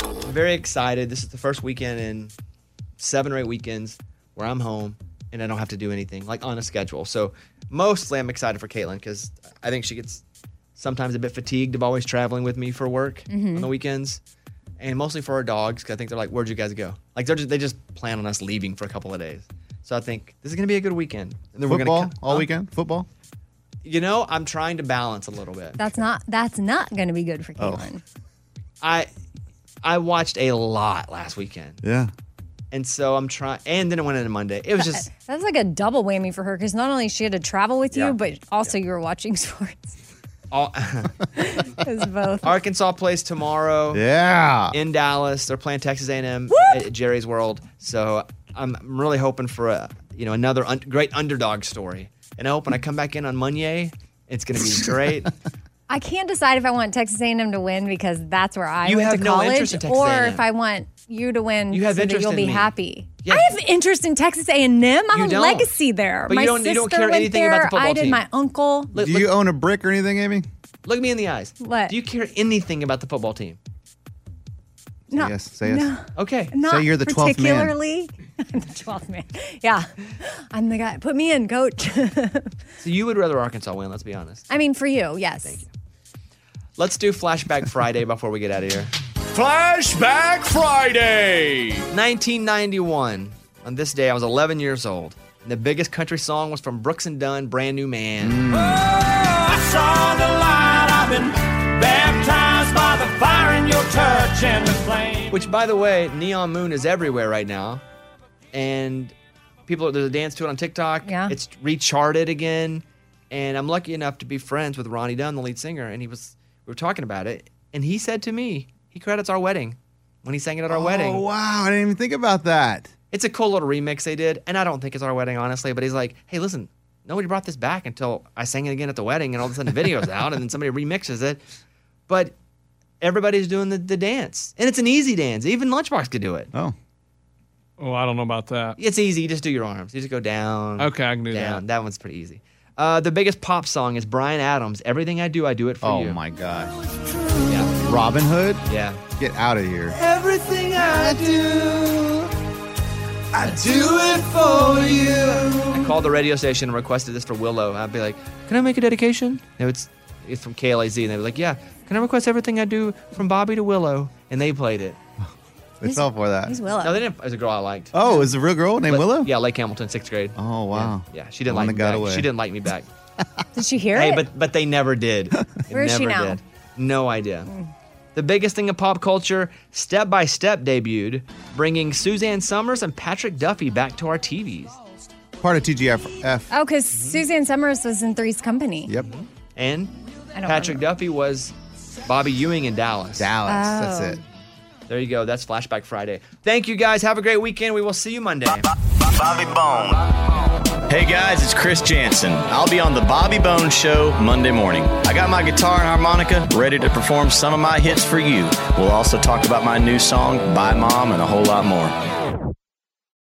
Speaker 1: I'm very excited. This is the first weekend in seven or eight weekends where I'm home and I don't have to do anything, like on a schedule. So mostly I'm excited for Caitlin because I think she gets sometimes a bit fatigued of always traveling with me for work
Speaker 6: Mhm.
Speaker 1: on the weekends. And mostly for our dogs, 'cause I think they're like, "Where'd you guys go?" Like they're just, they just plan on us leaving for a couple of days. So I think this is gonna be a good weekend. And then we're
Speaker 2: Football
Speaker 1: gonna
Speaker 2: all weekend. Football.
Speaker 1: You know, I'm trying to balance a little bit.
Speaker 5: That's not. That's not going to be good for
Speaker 1: Oh.
Speaker 5: Caitlin.
Speaker 1: I I watched a lot last weekend.
Speaker 2: Yeah.
Speaker 1: And so I'm trying and then it went into Monday. It
Speaker 5: *laughs*
Speaker 1: was just
Speaker 5: That's like a double whammy for her because not only she had to travel with you,
Speaker 1: Yeah.
Speaker 5: but also you were watching *laughs* sports.
Speaker 1: all *laughs*
Speaker 5: It was both.
Speaker 1: Arkansas plays tomorrow.
Speaker 2: Yeah.
Speaker 1: In Dallas. They're playing Texas A&M at Jerry's World. So I'm I'm really hoping for a, you know, another un- great underdog story. And I hope when I come back in on Monday, it's going to be
Speaker 5: *laughs*
Speaker 1: great.
Speaker 5: I can't decide if I want Texas A&M to win because that's where I
Speaker 1: You
Speaker 5: went
Speaker 1: have
Speaker 5: to
Speaker 1: no
Speaker 5: college,
Speaker 1: interest in Texas
Speaker 5: or
Speaker 1: A&M.
Speaker 5: if I want you to win,
Speaker 1: You
Speaker 5: so
Speaker 1: have
Speaker 5: that
Speaker 1: interest
Speaker 5: you'll
Speaker 1: in
Speaker 5: be
Speaker 1: me.
Speaker 5: happy. I have interest in Texas A&M. I
Speaker 1: You
Speaker 5: have a
Speaker 1: don't.
Speaker 5: legacy there.
Speaker 1: But you
Speaker 5: my
Speaker 1: don't- you
Speaker 5: sister
Speaker 1: don't care
Speaker 5: went
Speaker 1: anything
Speaker 5: there.
Speaker 1: about the football
Speaker 5: I did.
Speaker 1: team.
Speaker 5: My uncle.
Speaker 1: Look-
Speaker 2: Do you own a brick or anything, Amy?
Speaker 1: Look me in the eyes.
Speaker 5: What?
Speaker 1: Do you care anything about the football team?
Speaker 5: No,
Speaker 2: yes, say yes.
Speaker 5: no,
Speaker 1: Okay.
Speaker 5: Not
Speaker 2: Say you're the 12th man.
Speaker 5: particularly. *laughs* I'm the 12th man. Yeah. I'm the guy. Put me in, coach. *laughs*
Speaker 1: So you would rather Arkansas win, let's be honest.
Speaker 5: I mean, for you, yes.
Speaker 1: Let's do Flashback Friday before we get out of here.
Speaker 6: Flashback Friday.
Speaker 1: 1991. On this day, I was 11 years old. And the biggest country song was from Brooks and Dunn, Brand New Man.
Speaker 6: Mm. I saw the light. I've been baptized by the fire in your touch and the flame.
Speaker 1: Which, by the way, Neon Moon is everywhere right now. And people, there's a dance to it on TikTok. Yeah. It's recharted again. And I'm lucky enough to be friends with Ronnie Dunn, the lead singer. And he was, we were talking about it. And he said to me, he credits our wedding when he sang it at our wedding.
Speaker 2: Oh wow! I didn't even think about that.
Speaker 1: It's a cool little remix they did, and I don't think it's our wedding, honestly. But he's like, "Hey, listen, nobody brought this back until I sang it again at the wedding, and all of a sudden
Speaker 4: *laughs*
Speaker 1: the video's out, and then somebody remixes it." But everybody's doing the, the dance, and it's an easy dance. Even Lunchbox could do it.
Speaker 2: Oh,
Speaker 4: Oh, I don't know about that.
Speaker 1: it's easy. You just do your arms. You just go down.
Speaker 4: Okay, I can do
Speaker 1: down. that. one's pretty easy. Uh, Uh, the biggest pop song is Brian Adams. Everything I do, I do it for you. Oh my gosh. Yeah.
Speaker 2: Robin Hood?
Speaker 1: Yeah.
Speaker 2: Get out of here.
Speaker 7: Everything I do, I do it for you.
Speaker 1: I called the radio station and requested this for Willow. I'd be like, "Can I make a dedication?" No, it's it's from KLAZ, and they'd be like, "Yeah, can I request everything I do from Bobby to Willow?" And they played it.
Speaker 2: They fell for that.
Speaker 5: Who's Willow?
Speaker 1: No, they didn't. It was a girl I liked.
Speaker 2: Oh, is a real girl named
Speaker 1: But-
Speaker 2: Willow?
Speaker 1: Yeah, Lake Hamilton, sixth grade.
Speaker 2: Oh wow.
Speaker 1: Yeah, she didn't
Speaker 2: The one
Speaker 1: like
Speaker 2: that
Speaker 1: me
Speaker 2: got
Speaker 1: back.
Speaker 2: away.
Speaker 1: She didn't like me back.
Speaker 5: Did she hear
Speaker 1: hey,
Speaker 5: it?
Speaker 1: but but they never
Speaker 5: *laughs*
Speaker 1: did. They
Speaker 5: Where is she
Speaker 1: never
Speaker 5: now? Hmm.
Speaker 1: did. No idea. The biggest thing of pop culture, Step by Step debuted, bringing Suzanne Summers and Patrick Duffy back to our TVs.
Speaker 2: Part of TGF.
Speaker 5: Oh, because Suzanne Summers was in Three's Company.
Speaker 2: Yep.
Speaker 1: And
Speaker 5: I don't
Speaker 1: Patrick Duffy was Bobby Ewing in Dallas.
Speaker 5: Dallas, that's Oh.
Speaker 1: it. There you go. That's Flashback Friday. Thank you guys. Have a great weekend. We will see you Monday.
Speaker 14: Bobby Bone. Hey guys, it's Chris Jansen. I'll be on the Bobby Bone Show Monday morning. I got my guitar and harmonica ready to perform some of my hits for you. We'll also talk about my new song, Bye Mom, and a whole lot more.